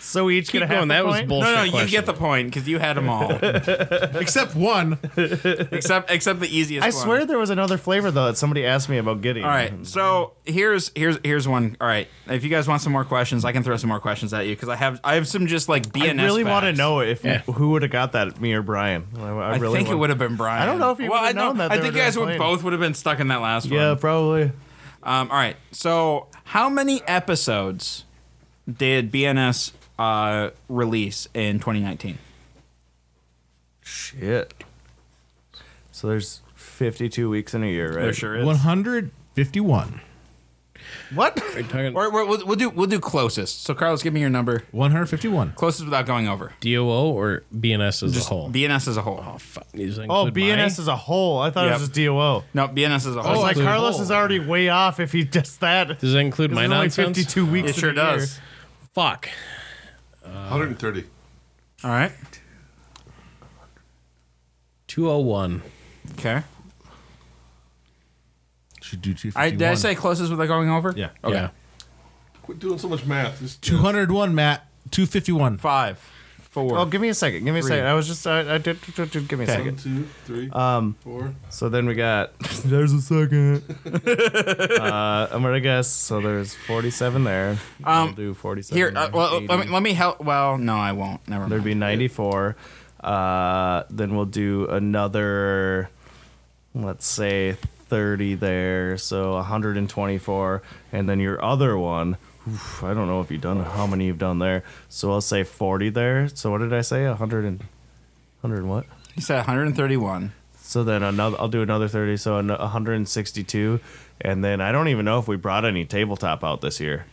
S6: so we each get a
S3: Keep
S6: half
S3: going.
S6: a
S3: That was
S6: point?
S3: bullshit.
S1: no, no, you
S3: question.
S1: get the point because you had them
S6: <laughs>
S1: all,
S4: Except one.
S1: except except the easiest.
S6: I
S1: one.
S6: swear there was another flavor though that somebody asked me about Giddy.
S1: All right, so here's here's here's one. All right, if you guys want some more questions, I can throw some more questions at you because I have I have some just like
S6: I
S1: BNS.
S6: really want to
S1: E facts.
S6: know if
S3: Yeah.
S6: who would have got that, me or Brian. I, I
S1: I
S6: really
S1: think it
S6: wanna-
S1: would have been Brian.
S6: I don't know if you
S1: well, I
S6: would've known
S1: know-
S6: that
S1: I
S6: they
S1: think
S6: were
S1: you guys
S6: doing
S1: would
S6: plain.
S1: both would have been stuck in that last
S6: Yeah,
S1: one.
S6: probably.
S1: Um, all right. So, how many episodes did BNS uh, release in 2019?
S6: Shit. So there's 52 weeks in a year, right?
S1: There sure is.
S2: 151.
S1: <laughs>
S6: What?
S3: Are you talking
S1: Or, or we'll, we'll do we'll do closest. So, Carlos, give me your number.
S2: 151.
S1: Closest without going over.
S3: DOO or BNS as a whole?
S1: BNS as a whole.
S3: oh, fuck. Does that
S6: Oh,
S3: include
S6: BNS
S3: mine?
S6: as a whole. I thought
S1: Yep.
S6: it was just DOO.
S1: No, BNS as a
S6: Oh, I was
S1: whole.
S6: like,
S2: include
S6: Carlos
S2: whole.
S6: is already way off if he does that.
S3: Does that include
S6: There's
S3: my
S6: only
S3: nonsense?
S6: 52 weeks.
S1: it
S6: in
S1: sure
S6: a year.
S1: does.
S3: Fuck.
S7: 130.
S1: All right.
S3: 201.
S1: Okay.
S2: Should do 251.
S1: I, did I say closest without going over?
S2: Yeah.
S1: Okay.
S3: Yeah.
S7: Quit doing so much math. Just
S2: 201, Matt. 251.
S1: Five, four.
S6: Oh, give me a second. Give me a second. I was just. I, I did, did- did- Give me a
S1: Okay.
S6: second.
S7: One, two, three, um, four.
S6: So then we got. <laughs> There's a second. <laughs> uh, I'm gonna guess. So there's 47 there. Um, we'll do 47.
S1: Here, uh, well,
S6: 80.
S1: let me, let me help. Well, no, I won't. Never
S6: There'd
S1: mind.
S6: be 94. Uh, then we'll do another, let's say 30 there. So 124. And then your other one, oof, I don't know if you've done how many you've done there. So I'll say 40 there. So what did I say? 100 and 100 and what?
S1: He said 131.
S6: So then another, I'll do another 30. So an- 162. And then I don't even know if we brought any tabletop out this year.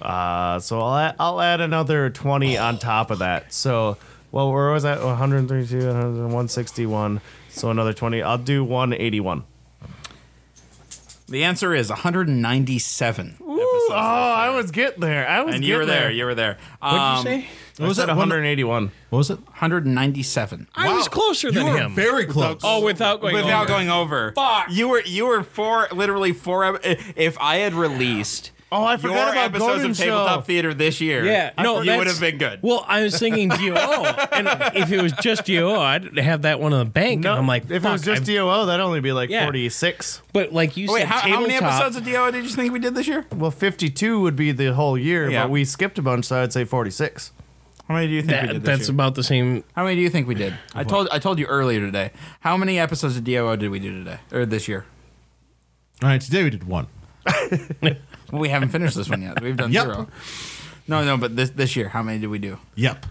S6: Uh, so I'll add, I'll add another 20 on top of that. So, well, where was that? 132, 161. So another 20. I'll do 181.
S1: The answer is 197. episodes.
S6: Oh, I was getting there. I was
S1: and
S6: getting
S1: you were there. You were there. Um,
S3: What'd you say?
S6: What was that? 181.
S2: What was it?
S1: 197.
S3: I was closer than
S2: You were
S3: him.
S2: very close.
S3: oh, without going
S1: Without
S3: over.
S1: going over.
S3: Fuck.
S1: You were you were four literally four. ep- If I had released.
S6: Oh, I
S1: Your
S6: forgot about
S1: episodes
S6: Golden
S1: of
S6: Show.
S1: Tabletop Theater this year,
S3: Yeah, no,
S1: you would
S3: that's-
S1: have been good.
S3: Well, I was thinking DOO, and if it was just DOO, I'd have that one in the bank.
S6: No,
S3: and I'm like,
S6: if it
S3: fuck,
S6: was just
S3: I've-
S6: DOO, that'd only be like
S3: Yeah.
S6: 46.
S3: But like you
S1: Oh, Wait,
S3: said,
S1: how, how
S3: tabletop,
S1: many episodes of DO did you think we did this year?
S6: Well, 52 would be the whole year,
S1: Yeah.
S6: but we skipped a bunch, so I'd say 46.
S1: How many do you think we
S3: That,
S1: did this
S3: that's
S1: year?
S3: about the same.
S1: How many do you think we did? I told I told you earlier today. How many episodes of DOO did we do today or this year?
S2: All right, today we did one.
S1: Well, we haven't finished this one yet. We've done
S2: Yep.
S1: zero. No, no, but this this year, how many did we do?
S2: Yep.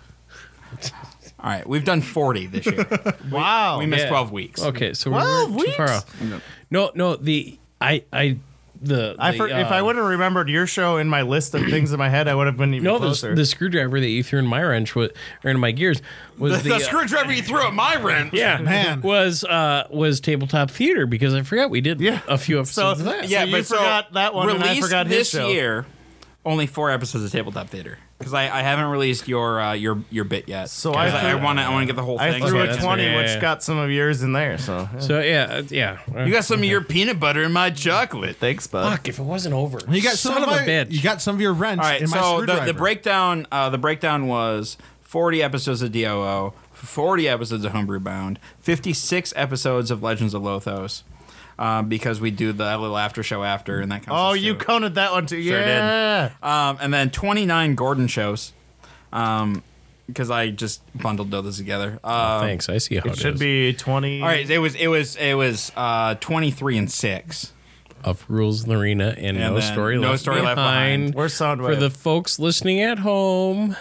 S1: All right, we've done forty this <laughs> year.
S6: Wow.
S1: We missed
S3: Yeah.
S1: twelve weeks.
S3: Okay, so
S6: Twelve
S3: we're too far
S6: weeks?
S3: off. No, no, the I I the,
S6: I
S3: the,
S6: for, if
S3: uh,
S6: I would have remembered your show in my list of things in my head, I would have been even
S3: No, the,
S6: closer.
S3: the screwdriver that you threw in my wrench was, or in my gears was the, uh,
S1: screwdriver you threw at my wrench.
S3: yeah
S2: Man.
S3: <laughs> was uh was tabletop theater because I forgot we did
S6: Yeah.
S3: a few
S6: so,
S3: episodes of that.
S1: yeah,
S6: yeah, so
S1: but
S6: you forgot
S1: so
S6: that one, and
S1: Released
S6: I forgot his
S1: this
S6: show.
S1: year, only four episodes of Tabletop Theater because I, I haven't released your uh, your your bit yet.
S6: So
S1: 'Cause
S6: I
S1: I
S6: threw-
S1: want to I want to get the whole
S6: I
S1: thing.
S6: threw
S3: Okay,
S6: a
S3: that's
S6: twenty,
S3: fair. Yeah,
S6: which
S3: yeah.
S6: got some of yours in there. So yeah.
S3: So yeah, uh, yeah.
S1: you got some of your peanut butter in my chocolate.
S6: thanks, bud.
S3: fuck if it wasn't over.
S2: You got
S3: son
S2: some of,
S3: of
S2: my,
S3: a bitch.
S2: You got some of your wrench
S1: All right,
S2: in my
S1: so the,
S2: screwdriver.
S1: the breakdown uh, the breakdown was 40 episodes of DOO, 40 episodes of Homebrew Bound, 56 episodes of Legends of Lothos, um, because we do the little after show after and that kind of
S6: Oh, you counted that one too.
S1: Sure did.
S6: yeah.
S1: um, and then 29 Gordon shows, um, because I just bundled those together. Uh,
S3: Thanks, I see how it,
S6: It should
S3: is.
S6: be twenty.
S1: all right, it was it was it was uh, 23 and six.
S3: of rules in the arena and,
S1: And
S3: no
S1: then
S3: story
S1: No
S3: left
S1: Story Left
S3: behind.
S1: Behind.
S6: Where's Soundwave?
S3: for the folks listening at home.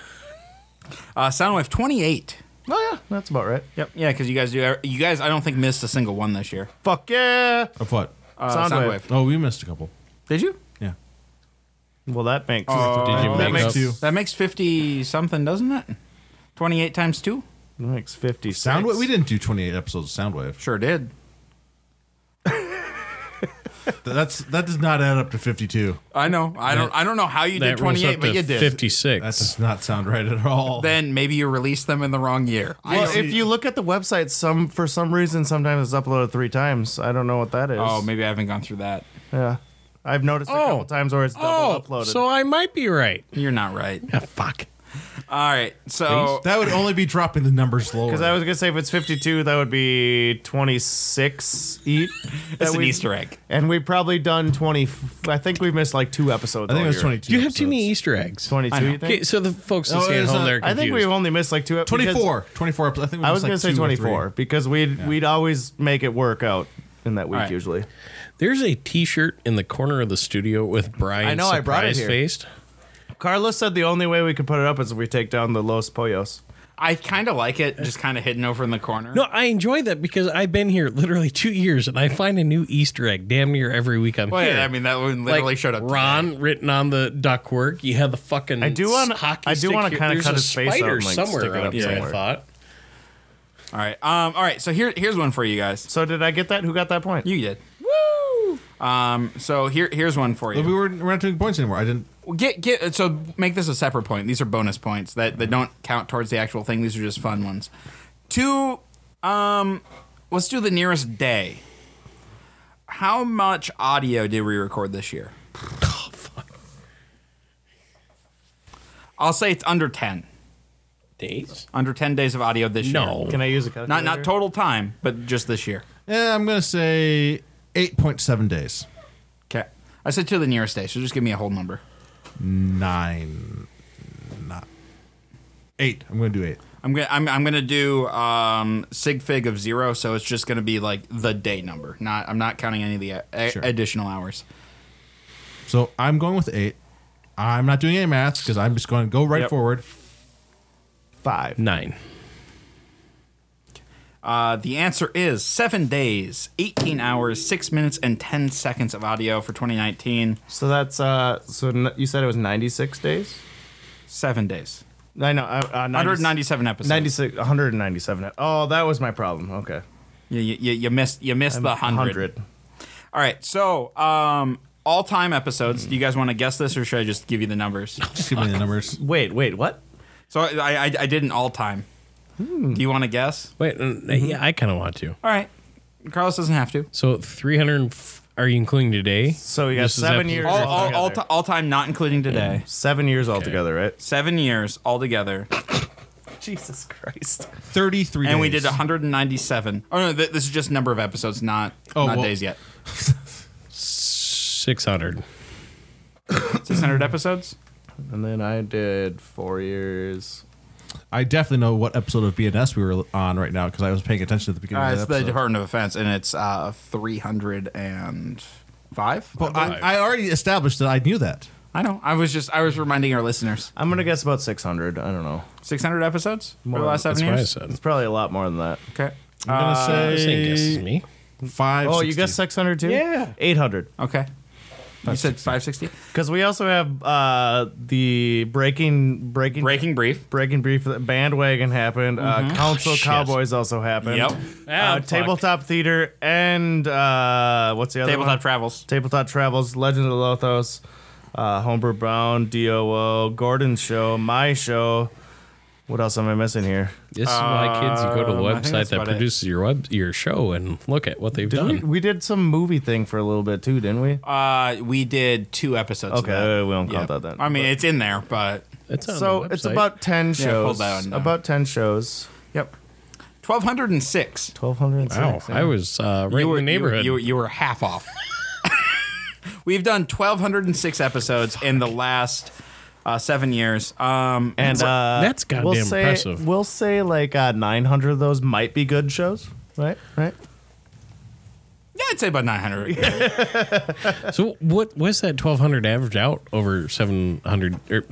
S1: Uh, Soundwave 28.
S6: oh yeah, that's about right.
S1: Yep. Yeah, because you guys do you guys I don't think missed a single one this year.
S6: Fuck yeah.
S2: of what?
S1: Uh,
S6: Soundwave.
S2: Oh, we missed a couple.
S1: Did you?
S2: Yeah.
S6: Well, that makes.
S3: Did you
S6: that
S3: make
S6: makes
S3: up?
S2: two.
S1: That makes 50 something, doesn't it? 28 times 2?
S6: that makes fifty.
S2: Soundwave. We didn't do 28 episodes of Soundwave.
S1: Sure did.
S2: That's that does not add up to fifty-two.
S1: I know. I don't. I don't know how you did
S3: that rolls
S1: twenty
S3: up
S1: eight, but you
S3: to
S1: did.
S3: fifty six.
S2: That does not sound right at all.
S1: Then maybe you released them in the wrong year. I
S6: Well,
S1: don't-
S6: if you look at the website, some for some reason sometimes it's uploaded three times. I don't know what that is.
S1: oh, maybe I haven't gone through that.
S6: yeah. I've noticed a
S3: Oh.
S6: couple times where it's double
S3: oh,
S6: uploaded.
S3: so I might be right.
S1: You're not right.
S3: Ah, fuck.
S1: All right. So
S2: that would only be dropping the numbers lower.
S6: Because Oh. I was gonna say if it's 52, that would be 26 each.
S1: it's an Easter egg.
S6: And we've probably done 20. I think we missed like two episodes.
S2: I think
S6: all
S2: it was
S6: year.
S2: twenty-two.
S3: you have too many
S2: episodes.
S3: Easter eggs?
S6: 22. You
S3: Okay,
S6: think?
S3: so the folks
S2: No,
S3: listening at
S2: it's
S3: home
S2: not-
S3: there.
S6: I think we've only missed like two. ep- because-
S2: 24. 24 episodes. I think we
S6: I was
S2: missed, like,
S6: gonna say
S2: two or
S6: 24 because we'd we'd always make it work out in that week
S1: right.
S6: usually.
S3: There's a T-shirt in the corner of the studio with Brian.
S6: I know, I brought it here.
S3: Faced.
S6: Carlos said the only way we could put it up is if we take down the Los Pollos.
S1: I kind of like it, just kind of hidden over in the corner.
S3: No, I enjoy that because I've been here literally two years and I find a new Easter egg damn near every week I'm
S1: Well,
S3: here.
S1: yeah, I mean that one
S3: Like,
S1: literally showed up.
S3: Ron written on the duckwork. You had the fucking.
S6: I do
S3: want
S6: wanna-
S3: hockey.
S6: I do
S3: stick
S6: wanna
S3: here.
S6: kinda
S3: There's
S6: cut
S3: a
S6: his face out
S3: spider
S6: and, like,
S3: somewhere
S6: stick it
S3: around
S6: up
S3: here, I
S6: somewhere.
S3: thought.
S1: All right. Um. All right. So here, here's one for you guys.
S6: So did I get that? Who got that point?
S1: You did. Woo. Um. So here, here's one for you.
S2: But we weren't, we're not doing points anymore. I didn't.
S1: Get get so make this a separate point. These are bonus points that that don't count towards the actual thing. These are just fun ones. Two, um, let's do the nearest day. How much audio did we record this year? <laughs> I'll say it's under ten.
S3: Days?
S1: Under ten days of audio this
S3: No.
S1: year.
S6: Can I use a calculator?
S1: Not not total time, but just this year.
S2: Yeah, I'm going to say 8.7 days.
S1: Okay. I said to the nearest day, so just give me a whole number.
S2: Nine. Not. Eight. I'm going to do eight.
S1: I'm gonna I'm, I'm gonna do um, sig fig of zero, so it's just gonna be like the day number. Not I'm not counting any of the uh, a-
S2: Sure.
S1: additional hours.
S2: So I'm going with eight. I'm not doing any math because I'm just going to go right
S6: Yep.
S2: forward.
S6: five.
S3: Nine.
S1: Uh, the answer is seven days, 18 hours, six minutes, and 10 seconds of audio for 2019.
S6: So that's uh. So n- you said it was 96 days.
S1: Seven days,
S6: I know. Uh, uh, 90
S1: 197 episodes.
S6: 96, 197. Oh, that was my problem. Okay.
S1: You, you, you missed you missed the hundred. All right, so um, all time episodes. Do you guys want to guess this, or should I just give you the numbers?
S2: Just give me the numbers.
S6: Wait, wait, what?
S1: so I I, I did an all time. Do you want to guess?
S3: Wait, uh,
S6: Mm-hmm.
S3: yeah, I kind of want to.
S1: All right, Carlos doesn't have to.
S3: So 300. Are you including today?
S6: So you got
S3: This is
S6: seven
S3: episode-
S6: years.
S1: all, all, all,
S6: altogether.
S1: ti- all time, not including today.
S6: seven years altogether, right?
S1: Seven years altogether,
S6: Jesus Christ.
S2: 33
S1: and we
S2: days.
S1: did 197. Oh no, th- this is just number of episodes, not
S2: Oh,
S1: not
S2: well-
S1: days yet.
S3: 600.
S1: 600 episodes.
S6: And then I did four years.
S2: I definitely know what episode of BNS we were on right now because I was paying attention at the beginning
S1: Uh,
S2: of
S1: it's
S2: the
S1: the
S2: episode.
S1: Department of Defense, and it's uh, 305.
S2: but I, I already established that I knew that.
S1: I know. I was just I was reminding our listeners.
S6: I'm gonna guess about 600. I don't know.
S1: 600 episodes for the
S6: More,
S1: last seven
S3: That's what I
S1: years.
S3: said.
S6: It's probably a lot more than that.
S1: Okay.
S2: I'm going to
S3: This ain't guesses
S2: say
S3: me.
S2: five.
S6: Oh, Uh, you
S2: 60.
S6: guessed 600 too? Yeah. 800.
S1: Uh, Okay. You said 560.
S6: Because we also have uh, the breaking breaking
S1: Breaking brief.
S6: breaking brief bandwagon happened. Uh, Council
S3: Shit.
S6: Cowboys also happened.
S1: Mm-hmm. Yep.
S3: Ah,
S6: Uh,
S3: fuck.
S6: tabletop theater and uh, what's the other
S1: Tabletop
S6: one?
S1: travels.
S6: Tabletop Travels, Legend of Lothos, uh, Homebrew Bound, DOO, Gordon's show, my show. What else am I missing here?
S3: This is why kids, you go to the
S1: Um, I think
S3: website
S1: that's
S3: that
S1: about it.
S3: produces your web your show and look at what they've
S6: Did we,
S3: done.
S6: we did some movie thing for a little bit too, didn't we?
S1: Uh, we did two episodes. of
S6: Okay,
S1: that.
S6: we don't count that then,
S1: I mean,
S6: but-
S1: it's in there, but
S3: It's on the
S6: so it's
S3: website.
S6: about ten
S1: Yeah, uh, I pulled
S6: shows.
S1: that one down.
S6: about ten shows.
S1: yep, twelve hundred and six.
S6: Twelve hundred.
S3: Wow, I was uh, right in the neighborhood.
S1: You were, you were half off. <laughs> We've done twelve hundred and six episodes in the last uh, seven years. Um,
S6: and uh,
S3: that's goddamn
S6: we'll say,
S3: impressive.
S6: We'll say like uh, nine hundred of those might be good shows, right? Right.
S1: yeah, I'd say about nine
S3: <laughs>
S1: hundred.
S3: so what was that twelve hundred average out over seven hundred or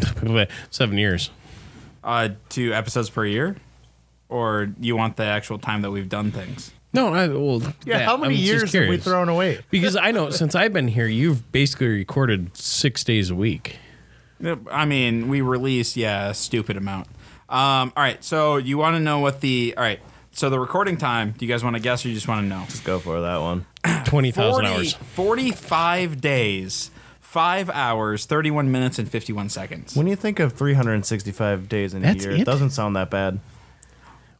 S3: <laughs> seven years?
S1: uh, two episodes per year, or you want the actual time that we've done things?
S3: No, I well
S6: Yeah.
S3: that,
S6: how many
S3: I'm just
S6: years have we
S3: curious. <laughs>
S6: thrown away?
S3: Because I know since I've been here, you've basically recorded six days a week.
S1: Yep, I mean, we release yeah, a stupid amount. Um, all right, so you want to know what the all right? So the recording time, do you guys want to guess or you just want to know?
S6: Let's go for that one.
S3: 20,000
S1: 40,
S3: hours.
S1: 45 days, 5 hours, 31 minutes, and 51 seconds.
S6: When you think of 365 days in
S3: That's
S6: a year,
S3: it?
S6: it doesn't sound that bad.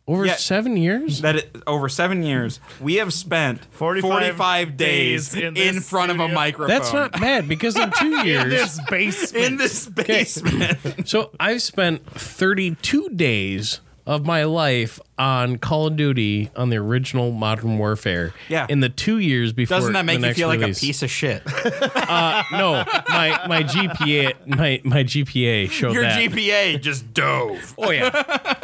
S3: Over
S1: Yeah.
S3: seven years?
S1: That it, over seven years, we have spent 45,
S6: 45
S1: days,
S6: days in
S1: in,
S6: this
S1: front of a
S6: studio.
S1: microphone.
S3: That's not bad because in
S1: <laughs>
S3: two
S6: <laughs>
S3: years.
S6: basement.
S1: in this basement.
S3: so I've spent 32 days of my life on Call of Duty on the original Modern Warfare.
S1: Yeah.
S3: In the two years before.
S1: Doesn't that
S3: the
S1: make you
S3: next
S1: feel like a
S3: release.
S1: piece of shit?
S6: <laughs>
S3: Uh, No, my, my GPA my, my GPA showed
S1: Your
S3: that.
S1: GPA just dove.
S3: Oh yeah.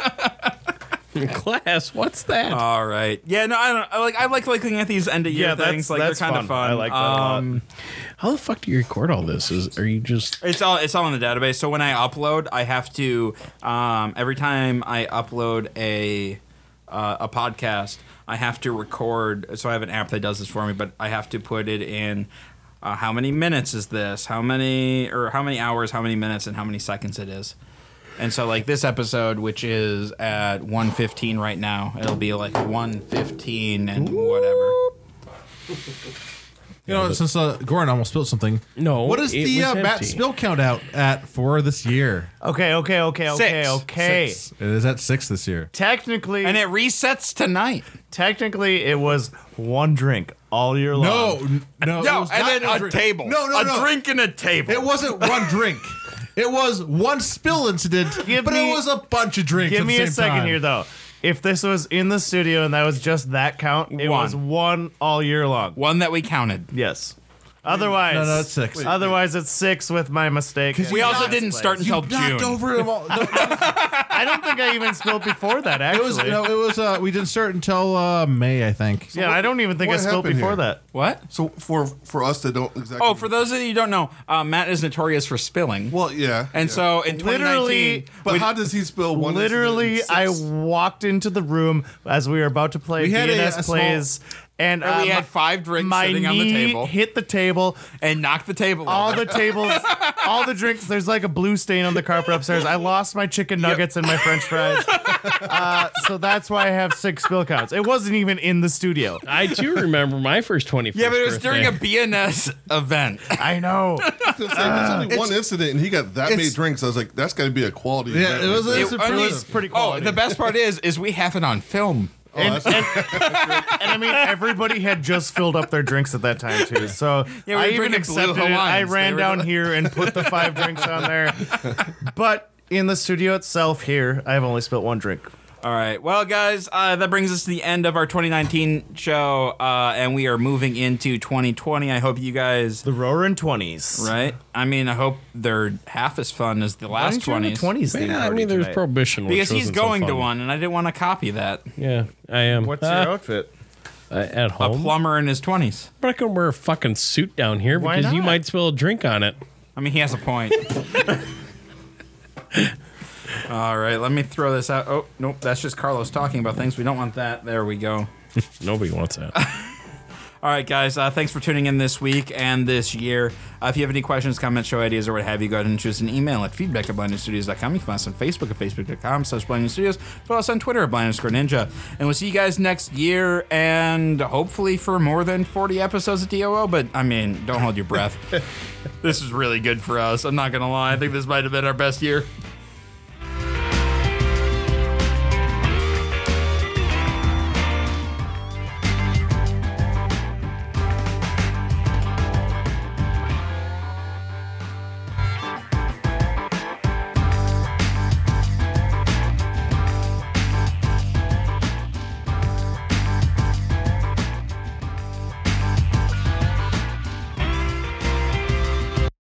S3: Class, what's that?
S1: All right. Yeah. No, I don't I like. I like looking at these end of year
S6: Yeah, that's-
S1: things. Like
S6: that's
S1: they're kind of
S6: fun.
S1: fun.
S6: I like that a lot.
S1: um,
S3: How the fuck do you record all this? Is are you just
S1: It's all it's all in the database. So when I upload, I have to um, every time I upload a uh, a podcast, I have to record. So I have an app that does this for me, but I have to put it in. Uh, how many minutes is this? How many or how many hours? How many minutes and how many seconds it is? And so like this episode, which is at one fifteen right now, it'll be like one fifteen and whatever.
S2: You know, since uh, Goran almost spilled something.
S3: No,
S2: What is
S3: Oh, it
S2: the
S3: was
S2: uh, Matt
S3: empty.
S2: spill count out at for this year?
S6: Okay, okay, okay, okay, okay.
S2: Six. It is at six this year.
S6: Technically,
S1: And it resets tonight.
S6: technically, it was one drink all year
S2: No,
S6: long.
S2: n- no, it
S1: No,
S2: was not
S1: and then a
S2: drink.
S1: table.
S2: No, no,
S1: a
S2: no.
S1: drink and a table.
S2: It wasn't one drink. It was one spill <laughs> incident,
S6: Give
S2: but
S6: me-
S2: it was a bunch of drinks.
S6: Give
S2: at the
S6: me a
S2: same
S6: second
S2: time.
S6: here, though. If this was in the studio and that was just that count, it
S1: One.
S6: was one all year long.
S1: One that we counted.
S6: Yes. Otherwise,
S2: No, no, it's six. Wait,
S6: otherwise, it's six with my mistake.
S2: 'Cause
S6: in
S1: We
S2: You
S1: also
S2: knocked-
S1: didn't
S6: place.
S1: start
S2: You
S1: until
S2: knocked
S1: June.
S2: over them all. No,
S6: I don't think I even spilled before that.
S2: it
S6: Actually,
S2: was no, it was. Uh, we didn't start until uh, May, I think.
S6: yeah, I don't even think I
S7: what
S6: spilled
S7: happened
S6: before
S7: here?
S6: that.
S1: What?
S7: So for for us that don't exactly.
S1: Oh, for those of you who don't know, uh, Matt is notorious for spilling.
S7: Well, yeah.
S1: and
S7: yeah.
S1: so in 2019,
S6: Literally,
S7: But
S1: we-
S7: how does he spill one? incident
S6: Literally,
S7: in
S6: I
S7: <laughs> six?
S6: walked into the room as we were about to play
S2: We had a-
S6: DNS
S2: a small-
S6: plays, and
S1: we
S6: um,
S1: had five drinks
S6: my
S1: sitting on the
S6: knee
S1: table
S6: hit the table.
S1: and knocked the table
S6: All
S1: over.
S6: the tables, all the drinks. There's like a blue stain on the carpet upstairs. I lost my chicken nuggets and my
S1: <laughs>
S6: French fries, uh, so that's why I have six spill counts. It wasn't even in the studio.
S3: I do remember my first 21st
S1: <laughs> yeah, but it was during a
S3: birthday.
S1: BNS event.
S6: <laughs> I know.
S7: It's like, there's only one incident, and he got that many
S2: Uh, it's-
S7: drinks. I was like, that's got to be a quality.
S2: Yeah,
S7: event
S2: it was
S7: right
S2: a-
S7: there.
S2: it's
S1: It-
S2: pretty-
S1: only-
S6: pretty
S1: Oh,
S6: quality.
S1: the best part is, is we have it on film.
S7: Oh, that's-
S6: And I
S1: <laughs>
S6: mean, everybody had just filled up their drinks at that time too. So
S1: Yeah, we were
S6: I even
S1: drinking
S6: accepted
S1: Blue
S6: it. I
S1: Hawaiians. They
S6: ran
S1: were
S6: down
S1: like-
S6: here and put the five drinks on
S1: <laughs>
S6: there. But in the studio itself here, I've only spilled one drink.
S1: All right. Well, guys, uh, that brings us to the end of our 2019 show, uh, and we are moving into 2020. I hope you guys.
S6: The Roaring Twenties.
S1: Right? I mean, I hope they're half as fun as the last 20s.
S6: Twenties.
S3: Man, I mean, there's prohibition. which
S1: Because he's
S3: wasn't so
S1: going to
S3: fun.
S1: one, and I didn't want to copy that.
S3: Yeah, I am.
S6: What's
S3: Uh,
S6: your outfit?
S3: uh, at
S1: A
S3: home?
S1: plumber in his 20s.
S3: but I can wear a fucking suit down here
S6: Why
S3: because you
S6: not?
S3: might spill a drink on it.
S1: I mean, he has a point. All right, let me throw this out. Oh, nope, that's just Carlos talking about things. We don't want that. There we go.
S3: Nobody wants that.
S1: All right, guys, uh, thanks for tuning in this week and this year. Uh, if you have any questions, comments, show ideas, or what have you, go ahead and choose an email at feedback at blindnewstudios.com. You can find us on Facebook at facebook.com slash blindnewstudios. Follow us on Twitter at blind underscore ninja. And we'll see you guys next year and hopefully for more than 40 episodes of DOO, but I mean, don't hold your breath. this is really good for us. I'm not going to lie. I think this might have been our best year.